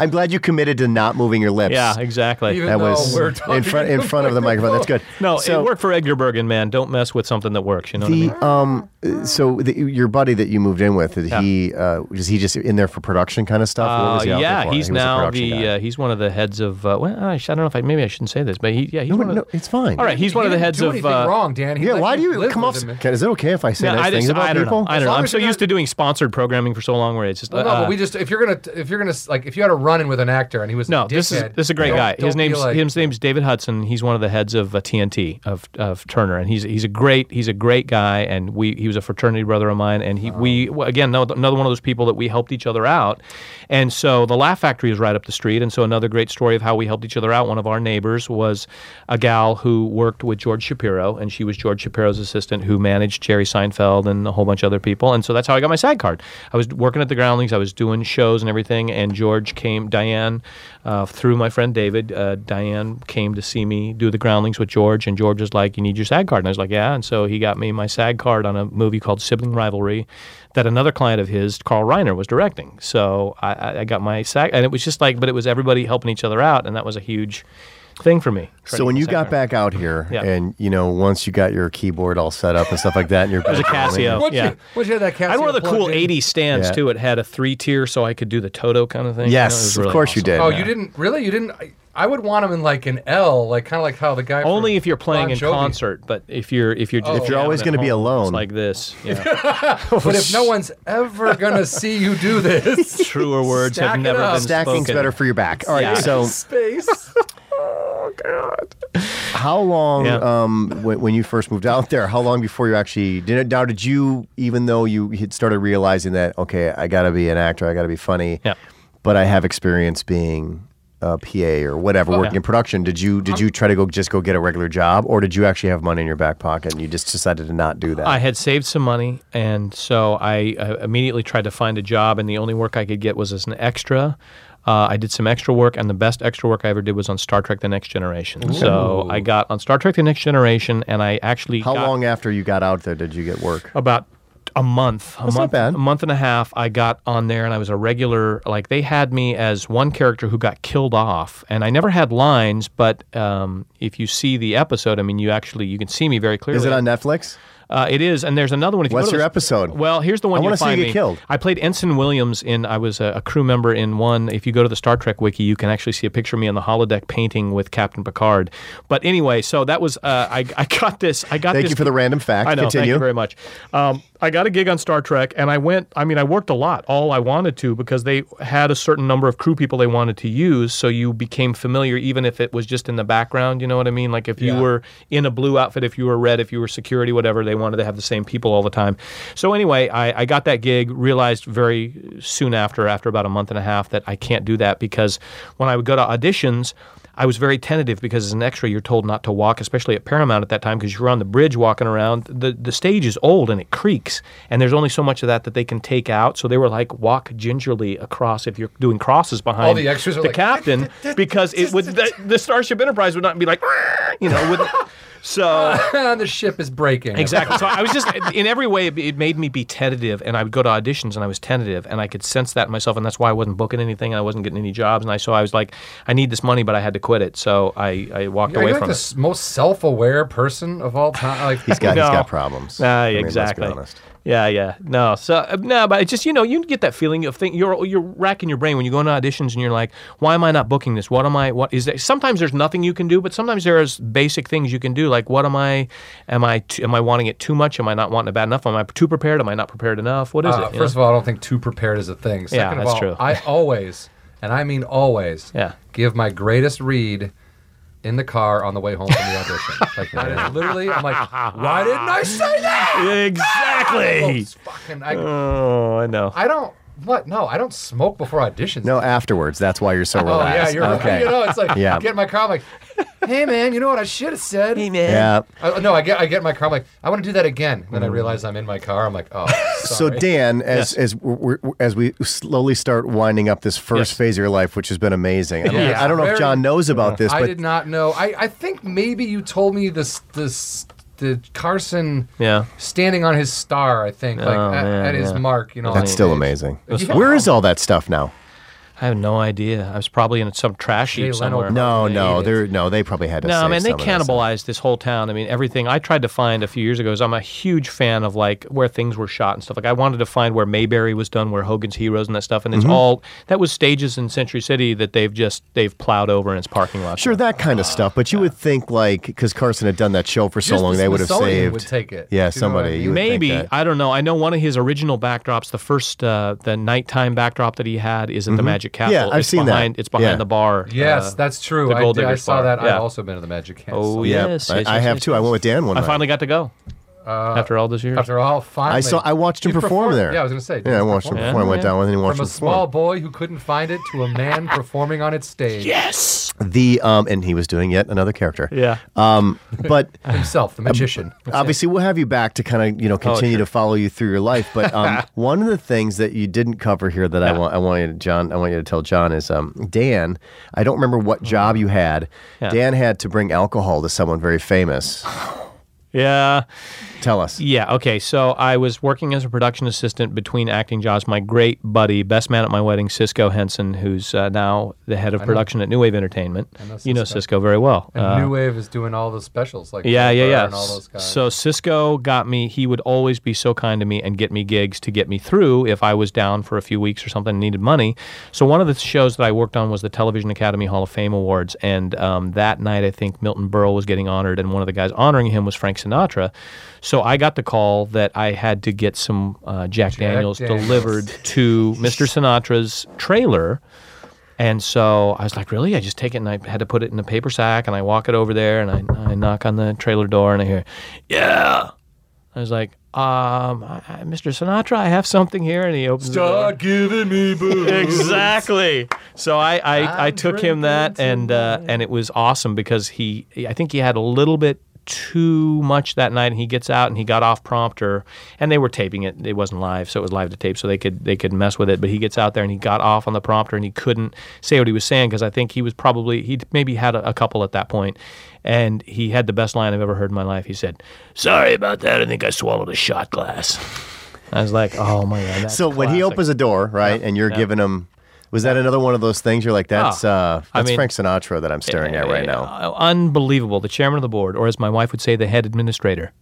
Speaker 1: I'm glad you committed to not moving your lips.
Speaker 3: Yeah, exactly.
Speaker 2: Even
Speaker 1: That
Speaker 2: though
Speaker 1: was
Speaker 2: we're
Speaker 1: in front in
Speaker 2: talking
Speaker 1: front of the microphone. That's good.
Speaker 3: No,
Speaker 1: so
Speaker 3: it worked for Edgar Bergen, man. Don't mess with something that works. You know
Speaker 1: the
Speaker 3: what
Speaker 1: um, uh, so the, your buddy that you moved in with, did he uh, was he just in there for production kind of stuff? What
Speaker 3: I
Speaker 1: was
Speaker 3: mean?
Speaker 1: he
Speaker 3: Uh,
Speaker 1: out there
Speaker 3: yeah,
Speaker 1: for?
Speaker 3: he's
Speaker 1: He was a
Speaker 3: now
Speaker 1: production guy.
Speaker 3: the uh, he's one of the heads of. Uh, well, I, sh- I don't know if I maybe I shouldn't say this, but he yeah he's one
Speaker 1: no,
Speaker 3: of
Speaker 1: no,
Speaker 3: the,
Speaker 1: it's fine.
Speaker 3: all right. He's
Speaker 2: He
Speaker 3: one of the
Speaker 2: didn't
Speaker 3: heads
Speaker 2: do
Speaker 3: of.
Speaker 2: anything
Speaker 3: Uh,
Speaker 2: wrong, Dan. He
Speaker 1: Yeah,
Speaker 2: let
Speaker 1: why do you
Speaker 2: live
Speaker 1: come
Speaker 2: with
Speaker 1: off?
Speaker 2: him.
Speaker 1: Ken, Is it okay if I say
Speaker 3: yeah,
Speaker 1: nice
Speaker 3: I,
Speaker 1: things
Speaker 3: just,
Speaker 1: about
Speaker 3: I don't
Speaker 1: people?
Speaker 3: know. I don't know.
Speaker 2: long
Speaker 3: I'm
Speaker 2: as
Speaker 3: so
Speaker 2: you're
Speaker 3: used
Speaker 2: not-
Speaker 3: to doing sponsored programming for so long, where it's just
Speaker 2: Well, no,
Speaker 3: uh,
Speaker 2: but we just if you're gonna if you're gonna like if you had a run in with an actor and he was a
Speaker 3: No, this is
Speaker 2: dickhead,
Speaker 3: this is a great
Speaker 2: don't-
Speaker 3: guy.
Speaker 2: don't
Speaker 3: His
Speaker 2: be
Speaker 3: name's
Speaker 2: like,
Speaker 3: his name's David Hudson. He's one of the heads of uh, TNT of of Turner, and he's he's a great he's a great guy. And we he was a fraternity brother of mine, and he we well, again no- another one of those people that we helped each other out. And so the Laugh Factory is right up the street, and so another great story of how we helped each other out. One of our neighbors was a gal who worked with George Shapiro, and she was George Shapiro's assistant who managed Jerry Seinfeld and a whole bunch of other people. And so that's how I got my SAG card. I was working at the Groundlings, I was doing shows and everything, and George came, Diane, uh, through my friend David, uh, Diane came to see me do the Groundlings with George, and George was like, You need your SAG card. And I was like, Yeah. And so he got me my SAG card on a movie called Sibling Rivalry that another client of his, Carl Reiner, was directing. So I- I, I got my SAG, and it was just like, but it was everybody helping each other out, and that was a huge thing for me.
Speaker 1: So when you got back out here,
Speaker 3: Yeah.
Speaker 1: and you know, once you got your keyboard all set up and stuff like that, and your
Speaker 3: It was a Casio.
Speaker 2: Once
Speaker 3: yeah.
Speaker 2: you, once you had that Casio
Speaker 3: I had one of the
Speaker 2: plugged
Speaker 3: cool
Speaker 2: in-
Speaker 3: 80 stands
Speaker 1: Yeah.
Speaker 3: too. It had a three tier, so I could do the Toto kind of
Speaker 1: Yes,
Speaker 3: thing. You know, it was
Speaker 1: of
Speaker 3: really
Speaker 1: course you
Speaker 3: awesome.
Speaker 1: did.
Speaker 2: Oh, you didn't really? You didn't? I, I would want him in like an L, like kind of like how the guy. from
Speaker 3: Only if you're playing
Speaker 2: Bon
Speaker 3: in
Speaker 2: Jovi-
Speaker 3: concert, but if you're if you're just
Speaker 2: If you're
Speaker 1: always
Speaker 3: going
Speaker 1: gonna be
Speaker 3: to
Speaker 1: alone.
Speaker 3: like this, yeah.
Speaker 2: But if no one's ever gonna see you do this,
Speaker 3: truer words
Speaker 2: Stack
Speaker 3: have
Speaker 2: it
Speaker 3: never
Speaker 2: up.
Speaker 3: been
Speaker 1: Stacking's
Speaker 3: spoken.
Speaker 1: better for your back. All right.
Speaker 3: Yeah.
Speaker 1: So
Speaker 2: space.
Speaker 1: how long,
Speaker 3: Yeah.
Speaker 1: um, when, when you first moved out there, how long before you actually did it? Now, did you, even though you had started realizing that, okay, I got to be an actor, I got to be funny,
Speaker 3: Yeah.
Speaker 1: but I have experience being a PA or whatever,
Speaker 3: Oh,
Speaker 1: working in production. Did you did you try to go just go get a regular job, or did you actually have money in your back pocket and you just decided to not do that?
Speaker 3: I had saved some money, and so I uh, immediately tried to find a job, and the only work I could get was as an extra. Uh, I did some extra work, and the best extra work I ever did was on Star Trek: The Next Generation. So I got on Star Trek: The Next Generation, and I actually
Speaker 1: how
Speaker 3: got Oh,
Speaker 1: long after you got out there did you get work?
Speaker 3: about a month, a
Speaker 1: That's not
Speaker 3: month,
Speaker 1: bad.
Speaker 3: a month and a half. I got on there and I was a regular. Like they had me as one character who got killed off, and I never had lines. But um, if you see the episode, I mean, you actually you can see me very clearly.
Speaker 1: Is it on Netflix?
Speaker 3: Uh, it is, and there's another one. If you
Speaker 1: What's
Speaker 3: go to
Speaker 1: your
Speaker 3: this-
Speaker 1: episode?
Speaker 3: Well, here's the one
Speaker 1: I
Speaker 3: you'll
Speaker 1: wanna see you
Speaker 3: find
Speaker 1: get
Speaker 3: me.
Speaker 1: killed.
Speaker 3: I played Ensign Williams in. I was a, a crew member in one. If you go to the Star Trek wiki, you can actually see a picture of me on the holodeck painting with Captain Picard. But anyway, so that was. Uh, I I got this. I got.
Speaker 1: Thank
Speaker 3: this-
Speaker 1: you for the random fact.
Speaker 3: I know.
Speaker 1: Continue.
Speaker 3: Thank you very much. Um, I got a gig on Star Trek, and I went. I mean, I worked a lot, all I wanted to, because they had a certain number of crew people they wanted to use. So you became familiar, even if it was just in the background. You know what I mean? Like if you
Speaker 2: Yeah.
Speaker 3: were in a blue outfit, if you were red, if you were security, whatever, they wanted to have the same people all the time. So anyway, I, I got that gig. Realized very soon after, after about a month and a half, that I can't do that because when I would go to auditions. I was very tentative because as an extra, you're told not to walk, especially at Paramount at that time, because you're on the bridge walking around. The the stage is old and it creaks, and there's only so much of that that they can take out. So they were like, walk gingerly across if you're doing crosses behind
Speaker 2: All the extras are
Speaker 3: the
Speaker 2: like,
Speaker 3: captain, because it would the, the Starship Enterprise would not be like, you know, would. So
Speaker 2: the ship is breaking.
Speaker 3: Exactly. So I was just in every way it- it made me be tentative, and I would go to auditions and I was tentative, and I could sense that in myself, and that's why I wasn't booking anything, and I wasn't getting any jobs, and I so I was like, I need this money, but I had to quit it, so I, I walked
Speaker 2: Are
Speaker 3: away
Speaker 2: you like
Speaker 3: from
Speaker 2: the s-
Speaker 3: it.
Speaker 2: most self-aware person of all time? Like
Speaker 1: He's got he's
Speaker 3: No.
Speaker 1: got problems.
Speaker 3: Ah,
Speaker 1: I mean,
Speaker 3: exactly.
Speaker 1: Let's be honest.
Speaker 3: Yeah, yeah. No, so uh, no, but it's just you know you get that feeling of thing. You're you're racking your brain when you go into auditions and you're like, why am I not booking this? What am I? What is that? Sometimes there's nothing you can do, but sometimes there is basic things you can do. Like, what am I? Am I t- am I wanting it too much? Am I not wanting it bad enough? Am I too prepared? Am I not prepared enough? What is
Speaker 2: Uh,
Speaker 3: it? you know?
Speaker 2: first of all, I don't think too prepared is a thing. Second
Speaker 3: Yeah,
Speaker 2: of
Speaker 3: that's
Speaker 2: all,
Speaker 3: true.
Speaker 2: I always, and I mean always,
Speaker 3: Yeah.
Speaker 2: give my greatest read in the car on the way home from the audition. like that is literally, I'm like, why didn't I say that? Oh,
Speaker 3: Exactly.
Speaker 2: it's fucking, I,
Speaker 3: Oh, I know.
Speaker 2: I don't. What? No, I don't smoke before auditions.
Speaker 1: No, afterwards. That's why you're so
Speaker 2: Oh
Speaker 1: relaxed.
Speaker 2: yeah, you're right.
Speaker 1: okay.
Speaker 2: You know, it's like
Speaker 1: Yeah.
Speaker 2: I get in my car. I'm like, hey man, you know what I should have said? Hey man.
Speaker 1: Yeah.
Speaker 2: no, I get I get in my car. I'm like, I want to do that again. Then I realize I'm in my car. I'm like, oh.
Speaker 1: Mm. So
Speaker 2: sorry.
Speaker 1: Dan, as as we're, we're- as we slowly start winding up this first
Speaker 3: Yes.
Speaker 1: phase of your life, which has been amazing. I don't,
Speaker 2: Yeah.
Speaker 1: I don't know if
Speaker 2: Very-
Speaker 1: John knows about this,
Speaker 2: I
Speaker 1: but
Speaker 2: did not know. I, I think maybe you told me this this the Carson
Speaker 3: Yeah.
Speaker 2: standing on his star. I think like
Speaker 3: Oh,
Speaker 2: at,
Speaker 3: man,
Speaker 2: at his
Speaker 3: yeah.
Speaker 2: mark. You know, on
Speaker 1: that's still
Speaker 2: stage.
Speaker 1: amazing.
Speaker 2: Yeah.
Speaker 1: Where is all that stuff now?
Speaker 3: I have no idea. I was probably in some trash
Speaker 2: Jay
Speaker 3: heap
Speaker 2: Leno
Speaker 3: somewhere.
Speaker 1: No,
Speaker 2: They
Speaker 1: no,
Speaker 2: ate it.
Speaker 1: they're no, they probably had to.
Speaker 3: No,
Speaker 1: save
Speaker 3: man, they
Speaker 1: some of this.
Speaker 3: cannibalized this whole town. I mean, everything. I tried to find a few years ago. Is I'm a huge fan of like where things were shot and stuff. Like I wanted to find where Mayberry was done, where Hogan's Heroes and that stuff. And it's
Speaker 1: Mm-hmm.
Speaker 3: all that was stages in Century City that they've just they've plowed over in its parking lot.
Speaker 1: Sure, that kind of stuff, but you would think like because Carson had done that show for so
Speaker 2: Just
Speaker 1: long,
Speaker 2: the
Speaker 1: they would have
Speaker 2: Smithsonian
Speaker 1: saved.
Speaker 2: would take it.
Speaker 1: Yeah,
Speaker 2: Do you know what I
Speaker 1: somebody.
Speaker 2: mean?
Speaker 1: you would think
Speaker 3: Maybe
Speaker 1: that.
Speaker 3: I don't know. I know one of his original backdrops, the first uh, the nighttime backdrop that he had is at the Magic Castle.
Speaker 1: Mm-hmm. Yeah, I've
Speaker 3: it's
Speaker 1: seen that.
Speaker 3: behind, It's behind
Speaker 1: Yeah.
Speaker 3: the bar.
Speaker 2: Yes,
Speaker 3: uh,
Speaker 2: that's true.
Speaker 3: the
Speaker 2: I,
Speaker 3: Gold
Speaker 2: did- I
Speaker 3: Diggers
Speaker 2: saw
Speaker 3: bar.
Speaker 2: that.
Speaker 3: Yeah.
Speaker 2: I've also been to the Magic Castle.
Speaker 3: Oh
Speaker 1: Yeah,
Speaker 3: yes,
Speaker 1: I,
Speaker 3: yes,
Speaker 1: I
Speaker 3: yes,
Speaker 1: have
Speaker 3: yes,
Speaker 1: too. I
Speaker 3: yes.
Speaker 1: went with Dan one
Speaker 3: I
Speaker 1: night.
Speaker 3: finally got to go after all those years.
Speaker 2: Uh, After all, finally.
Speaker 1: I saw. I watched him
Speaker 2: You
Speaker 1: perform
Speaker 2: performed-
Speaker 1: there.
Speaker 2: Yeah, I was gonna say.
Speaker 1: Yeah, I watched him
Speaker 2: perform.
Speaker 1: perform. I went
Speaker 3: Yeah.
Speaker 1: down with him and watched
Speaker 2: From a
Speaker 1: him
Speaker 2: small
Speaker 1: perform.
Speaker 2: boy who couldn't find it to a man performing on its stage
Speaker 3: yes.
Speaker 1: The um, and he was doing yet another character.
Speaker 3: Yeah.
Speaker 1: Um, but
Speaker 2: himself, the magician.
Speaker 1: obviously we'll have you back to kind of you know continue
Speaker 3: Oh, sure.
Speaker 1: to follow you through your life but um, one of the things that you didn't cover here that I want I want you to John I want you to tell John is um, Dan I don't remember what job you had
Speaker 3: Yeah.
Speaker 1: Dan had to bring alcohol to someone very famous
Speaker 3: Yeah.
Speaker 1: tell us
Speaker 3: Yeah. Okay. So I was working as a production assistant between acting jobs. My great buddy, best man at my wedding, Cisco Henson, who's uh, now the head of production at New Wave Entertainment. You know
Speaker 2: Cisco.
Speaker 3: Cisco very well.
Speaker 2: and
Speaker 3: Uh,
Speaker 2: New Wave is doing all the specials, like
Speaker 3: yeah,
Speaker 2: Bill
Speaker 3: yeah,
Speaker 2: Burr
Speaker 3: yeah.
Speaker 2: and all those guys.
Speaker 3: So Cisco got me. He would always be so kind to me and get me gigs to get me through if I was down for a few weeks or something and needed money. So one of the shows that I worked on was the Television Academy Hall of Fame Awards, and um, that night I think Milton Berle was getting honored, and one of the guys honoring him was Frank Sinatra. So I got the call that I had to get some uh, Jack, Daniels,
Speaker 2: Daniels.
Speaker 3: delivered to Mr. Sinatra's trailer. And so I was like, really? I just take it and I had to put it in a paper sack and I walk it over there and I, I knock on the trailer door and I hear, yeah. I was like, um, I, I- Mr. Sinatra, I have something here. And he opens the door.
Speaker 2: Start giving me booze.
Speaker 3: Exactly. So I, I, I
Speaker 2: I'm
Speaker 3: took him that
Speaker 2: drinking
Speaker 3: and uh, and it was awesome because he I think he had a little bit too much that night and he gets out and he got off prompter and they were taping it it wasn't live so it was live to tape so they could they could mess with it but he gets out there and he got off on the prompter and he couldn't say what he was saying because I think he was probably he maybe had a, a couple at that point and he had the best line I've ever heard in my life he said sorry about that I think I swallowed a shot glass I was like oh my god that's
Speaker 1: so when he
Speaker 3: classic.
Speaker 1: opens a door right and you're giving him was that another one of those things you're like that's uh, that's
Speaker 3: Oh, I mean-
Speaker 1: Frank Sinatra that I'm staring at right now
Speaker 3: Uh, Unbelievable. The chairman of the board, or as my wife would say, the head administrator.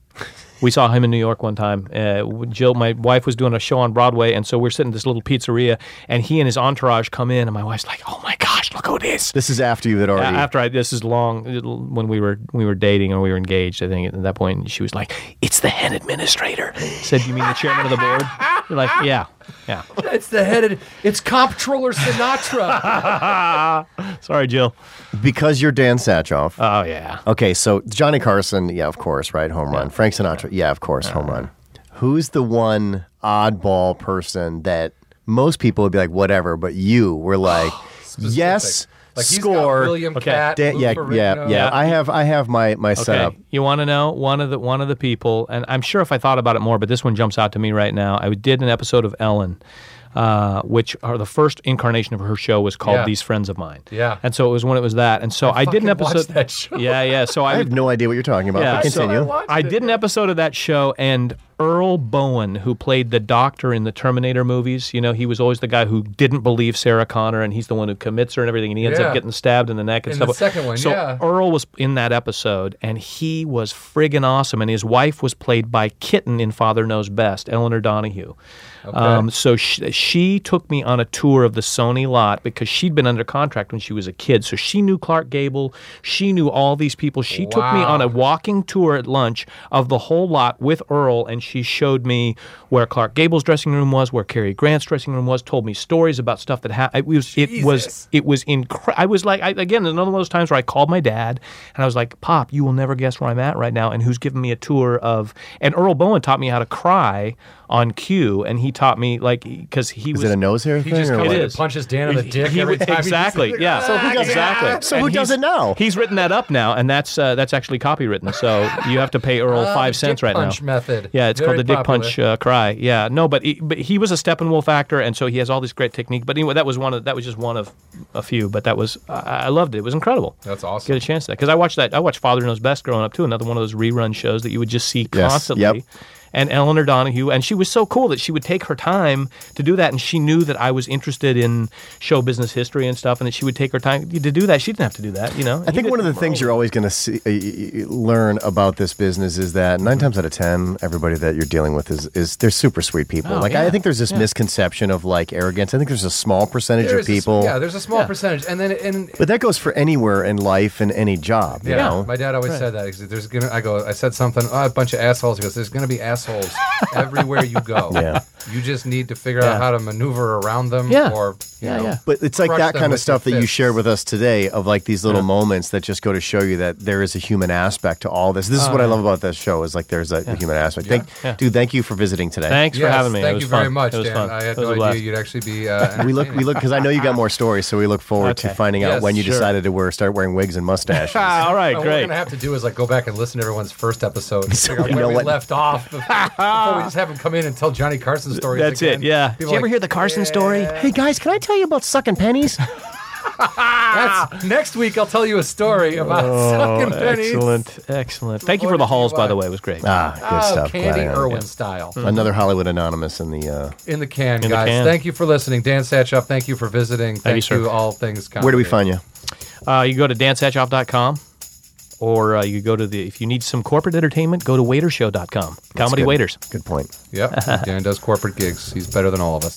Speaker 3: We saw him in New York one time. Uh, Jill, my wife, was doing a show on Broadway, and so we're sitting at this little pizzeria, and he and his entourage come in, and my wife's like, "Oh my gosh, look who it is!"
Speaker 1: this is after you had
Speaker 3: A-
Speaker 1: already
Speaker 3: After I, this is long uh, when we were we were dating or we were engaged. I think at that point and she was like, "It's the head administrator." Said, "You mean the chairman of the board?" You're like, "Yeah, yeah."
Speaker 2: It's the head. Of, it's comptroller Sinatra.
Speaker 3: Sorry, Jill.
Speaker 1: because you're Dan Satchoff
Speaker 3: Oh yeah.
Speaker 1: Okay, so Johnny Carson, yeah, of course, right? Home run. Frank Sinatra, yeah, of course,
Speaker 2: Uh-huh.
Speaker 1: home run. Who's the one oddball person that most people would be like, whatever, but you were like, yes,
Speaker 2: Oh, like he's got
Speaker 1: score.
Speaker 2: William
Speaker 3: Okay.
Speaker 2: Cat. uh,
Speaker 1: Dan- yeah,
Speaker 2: Lou
Speaker 1: yeah,
Speaker 2: Ferrigno.
Speaker 1: yeah. I have, I have my my
Speaker 3: Okay.
Speaker 1: setup.
Speaker 3: You want to know one of the one of the people, and I'm sure if I thought about it more, but this one jumps out to me right now. I did an episode of Ellen, uh, which are the first incarnation of her show was called
Speaker 2: Yeah.
Speaker 3: These Friends of Mine.
Speaker 2: Yeah.
Speaker 3: And so it was when it was that, and so I, did an
Speaker 2: fucking watched
Speaker 3: episode.
Speaker 2: that show.
Speaker 3: Yeah, yeah. So I,
Speaker 1: I
Speaker 3: would-
Speaker 1: have no idea what you're talking about. but
Speaker 3: so
Speaker 1: continue.
Speaker 2: watched
Speaker 3: I
Speaker 2: it,
Speaker 3: did an episode of that show, and Earl Bowen, who played the doctor in the Terminator movies, you know, he was always the guy who didn't believe Sarah Connor, and he's the one who commits her and everything, and he ends
Speaker 2: Yeah.
Speaker 3: up getting stabbed in the neck and
Speaker 2: In
Speaker 3: stuff.
Speaker 2: the second one,
Speaker 3: so
Speaker 2: yeah.
Speaker 3: Earl was in that episode, and he was friggin' awesome, and his wife was played by Kitten in Father Knows Best, Eleanor Donahue. Um, so sh- she took me on a tour of the Sony lot because she'd been under contract when she was a kid. So she knew Clark Gable. She knew all these people. She took me on a
Speaker 2: Wow.
Speaker 3: walking tour at lunch of the whole lot with Earl, and she showed me where Clark Gable's dressing room was, where Cary Grant's dressing room was. Told me stories about stuff that happened. It was it was
Speaker 2: Jesus.
Speaker 3: it was incredible. I was like, I, again, another one of those times where I called my dad and I was like, "Pop, you will never guess where I'm at right now." And who's giving me a tour of? And Earl Bowen taught me how to cry on cue, and he taught me like because he
Speaker 1: Is
Speaker 3: was
Speaker 1: it a nose hair
Speaker 2: He
Speaker 1: thing?
Speaker 2: just
Speaker 1: or
Speaker 2: comes
Speaker 1: what?
Speaker 2: in
Speaker 3: It
Speaker 2: and
Speaker 3: is.
Speaker 2: punches Dan in the
Speaker 3: He-
Speaker 2: dick
Speaker 3: he
Speaker 2: every
Speaker 3: would-
Speaker 2: time. He's just
Speaker 3: Exactly.
Speaker 2: like,
Speaker 3: yeah.
Speaker 1: So who doesn't-
Speaker 3: exactly.
Speaker 1: so who
Speaker 3: And he's-
Speaker 1: doesn't know?
Speaker 3: He's written that up now, and that's uh, that's actually copywritten. So you have to pay Earl
Speaker 2: "Ah,
Speaker 3: five
Speaker 2: the
Speaker 3: cents
Speaker 2: dick
Speaker 3: right
Speaker 2: punch
Speaker 3: now.
Speaker 2: Method.
Speaker 3: Yeah, it's
Speaker 2: Very
Speaker 3: called the dick
Speaker 2: popular.
Speaker 3: punch uh, cry. Yeah, no, but he, but he was a Steppenwolf actor, and so he has all this great technique. But anyway, that was one of that was just one of a few. But that was I I loved it. It was incredible.
Speaker 2: That's awesome.
Speaker 3: Get a chance to that because I watched that. I watched Father Knows Best growing up too. Another one of those rerun shows that you would just see
Speaker 1: Yes,
Speaker 3: constantly.
Speaker 1: yep.
Speaker 3: and Eleanor Donahue, and she was so cool that she would take her time to do that, and she knew that I was interested in show business history and stuff, and that she would take her time to do that. She didn't have to do that, you know.
Speaker 1: I think one of the things you're always going to see, uh, y- y- learn about this business is that 9 times out of ten, everybody that you're dealing with is is they're super sweet people.
Speaker 3: Oh,
Speaker 1: like
Speaker 3: yeah.
Speaker 1: I think there's this misconception of like arrogance. I think there's a small percentage
Speaker 2: There
Speaker 1: of
Speaker 2: is a s-
Speaker 1: people,
Speaker 2: yeah, there's a small
Speaker 3: Yeah.
Speaker 2: percentage, and then and
Speaker 1: but that goes for anywhere in life and any job. You
Speaker 2: Yeah,
Speaker 1: know,
Speaker 2: my dad always said that. He said, There's gonna, I go, I said something. Oh, a bunch of assholes. He goes, "There's gonna be assholes everywhere you go.
Speaker 1: Yeah.
Speaker 2: you just need to figure
Speaker 3: Yeah.
Speaker 2: out how to maneuver around them.
Speaker 3: Yeah.
Speaker 2: or you
Speaker 3: Yeah,
Speaker 2: know,
Speaker 3: yeah.
Speaker 1: But it's like
Speaker 2: crush
Speaker 1: that
Speaker 2: them
Speaker 1: kind of
Speaker 2: with your
Speaker 1: stuff that you
Speaker 2: fists.
Speaker 1: shared with us today of like these little moments that just go to show you that there is a human aspect to all this. This
Speaker 2: Oh,
Speaker 1: is what I love about this show is like there's a human aspect. Thank,
Speaker 3: Yeah.
Speaker 1: Dude, thank you for visiting today.
Speaker 3: Thanks for
Speaker 2: Yes,
Speaker 3: having me. It
Speaker 2: Thank
Speaker 3: was
Speaker 2: you very
Speaker 3: fun.
Speaker 2: much,
Speaker 3: It was
Speaker 2: Dan.
Speaker 3: fun.
Speaker 2: I had
Speaker 3: It was a
Speaker 2: no
Speaker 3: blast.
Speaker 2: idea you'd actually be. Uh,
Speaker 1: We look, we look, because I know you got more stories, so we look forward to
Speaker 3: Okay.
Speaker 1: finding out
Speaker 2: Yes,
Speaker 1: when you
Speaker 2: sure.
Speaker 1: decided to wear start wearing wigs and mustaches.
Speaker 3: Ah, all right,
Speaker 2: What Oh, we're
Speaker 3: great.
Speaker 2: gonna have to do is like go back and listen to everyone's first episode, and
Speaker 1: So
Speaker 2: figure out
Speaker 1: we
Speaker 2: where
Speaker 1: know
Speaker 2: we
Speaker 1: what-
Speaker 2: left off before, before we just have them come in and tell Johnny Carson stories.
Speaker 3: That's
Speaker 2: again.
Speaker 3: it. Yeah. Did
Speaker 2: People
Speaker 3: you ever
Speaker 2: like,
Speaker 3: hear the Carson story?
Speaker 1: hey guys, can I tell you about sucking pennies?
Speaker 2: That's, "Ah, next week, I'll tell you a story about sucking pennies.
Speaker 3: Oh, Excellent, excellent. Thank you for
Speaker 2: Lord,
Speaker 3: the
Speaker 2: if you
Speaker 3: halls, by
Speaker 2: want.
Speaker 3: the way. It was great.
Speaker 1: ah, good
Speaker 2: Oh,
Speaker 1: stuff. Glad
Speaker 2: Candy
Speaker 1: I know.
Speaker 2: Irwin style.
Speaker 1: Another Hollywood Anonymous in the. Uh,
Speaker 2: In the can,
Speaker 3: Hmm. the
Speaker 2: guys.
Speaker 3: can.
Speaker 2: Thank you for listening. Dan Satchop, thank you for visiting.
Speaker 3: you,
Speaker 2: Thank,
Speaker 3: sir.
Speaker 2: you, all things comedy.
Speaker 1: where do we find you?
Speaker 3: Uh, you go to dancehatchoff.com or uh, you go to the, if you need some corporate entertainment, go to waitershow.com. Comedy
Speaker 1: good.
Speaker 3: Waiters.
Speaker 1: Good point.
Speaker 2: Yep. Dan does corporate gigs. He's better than all of us.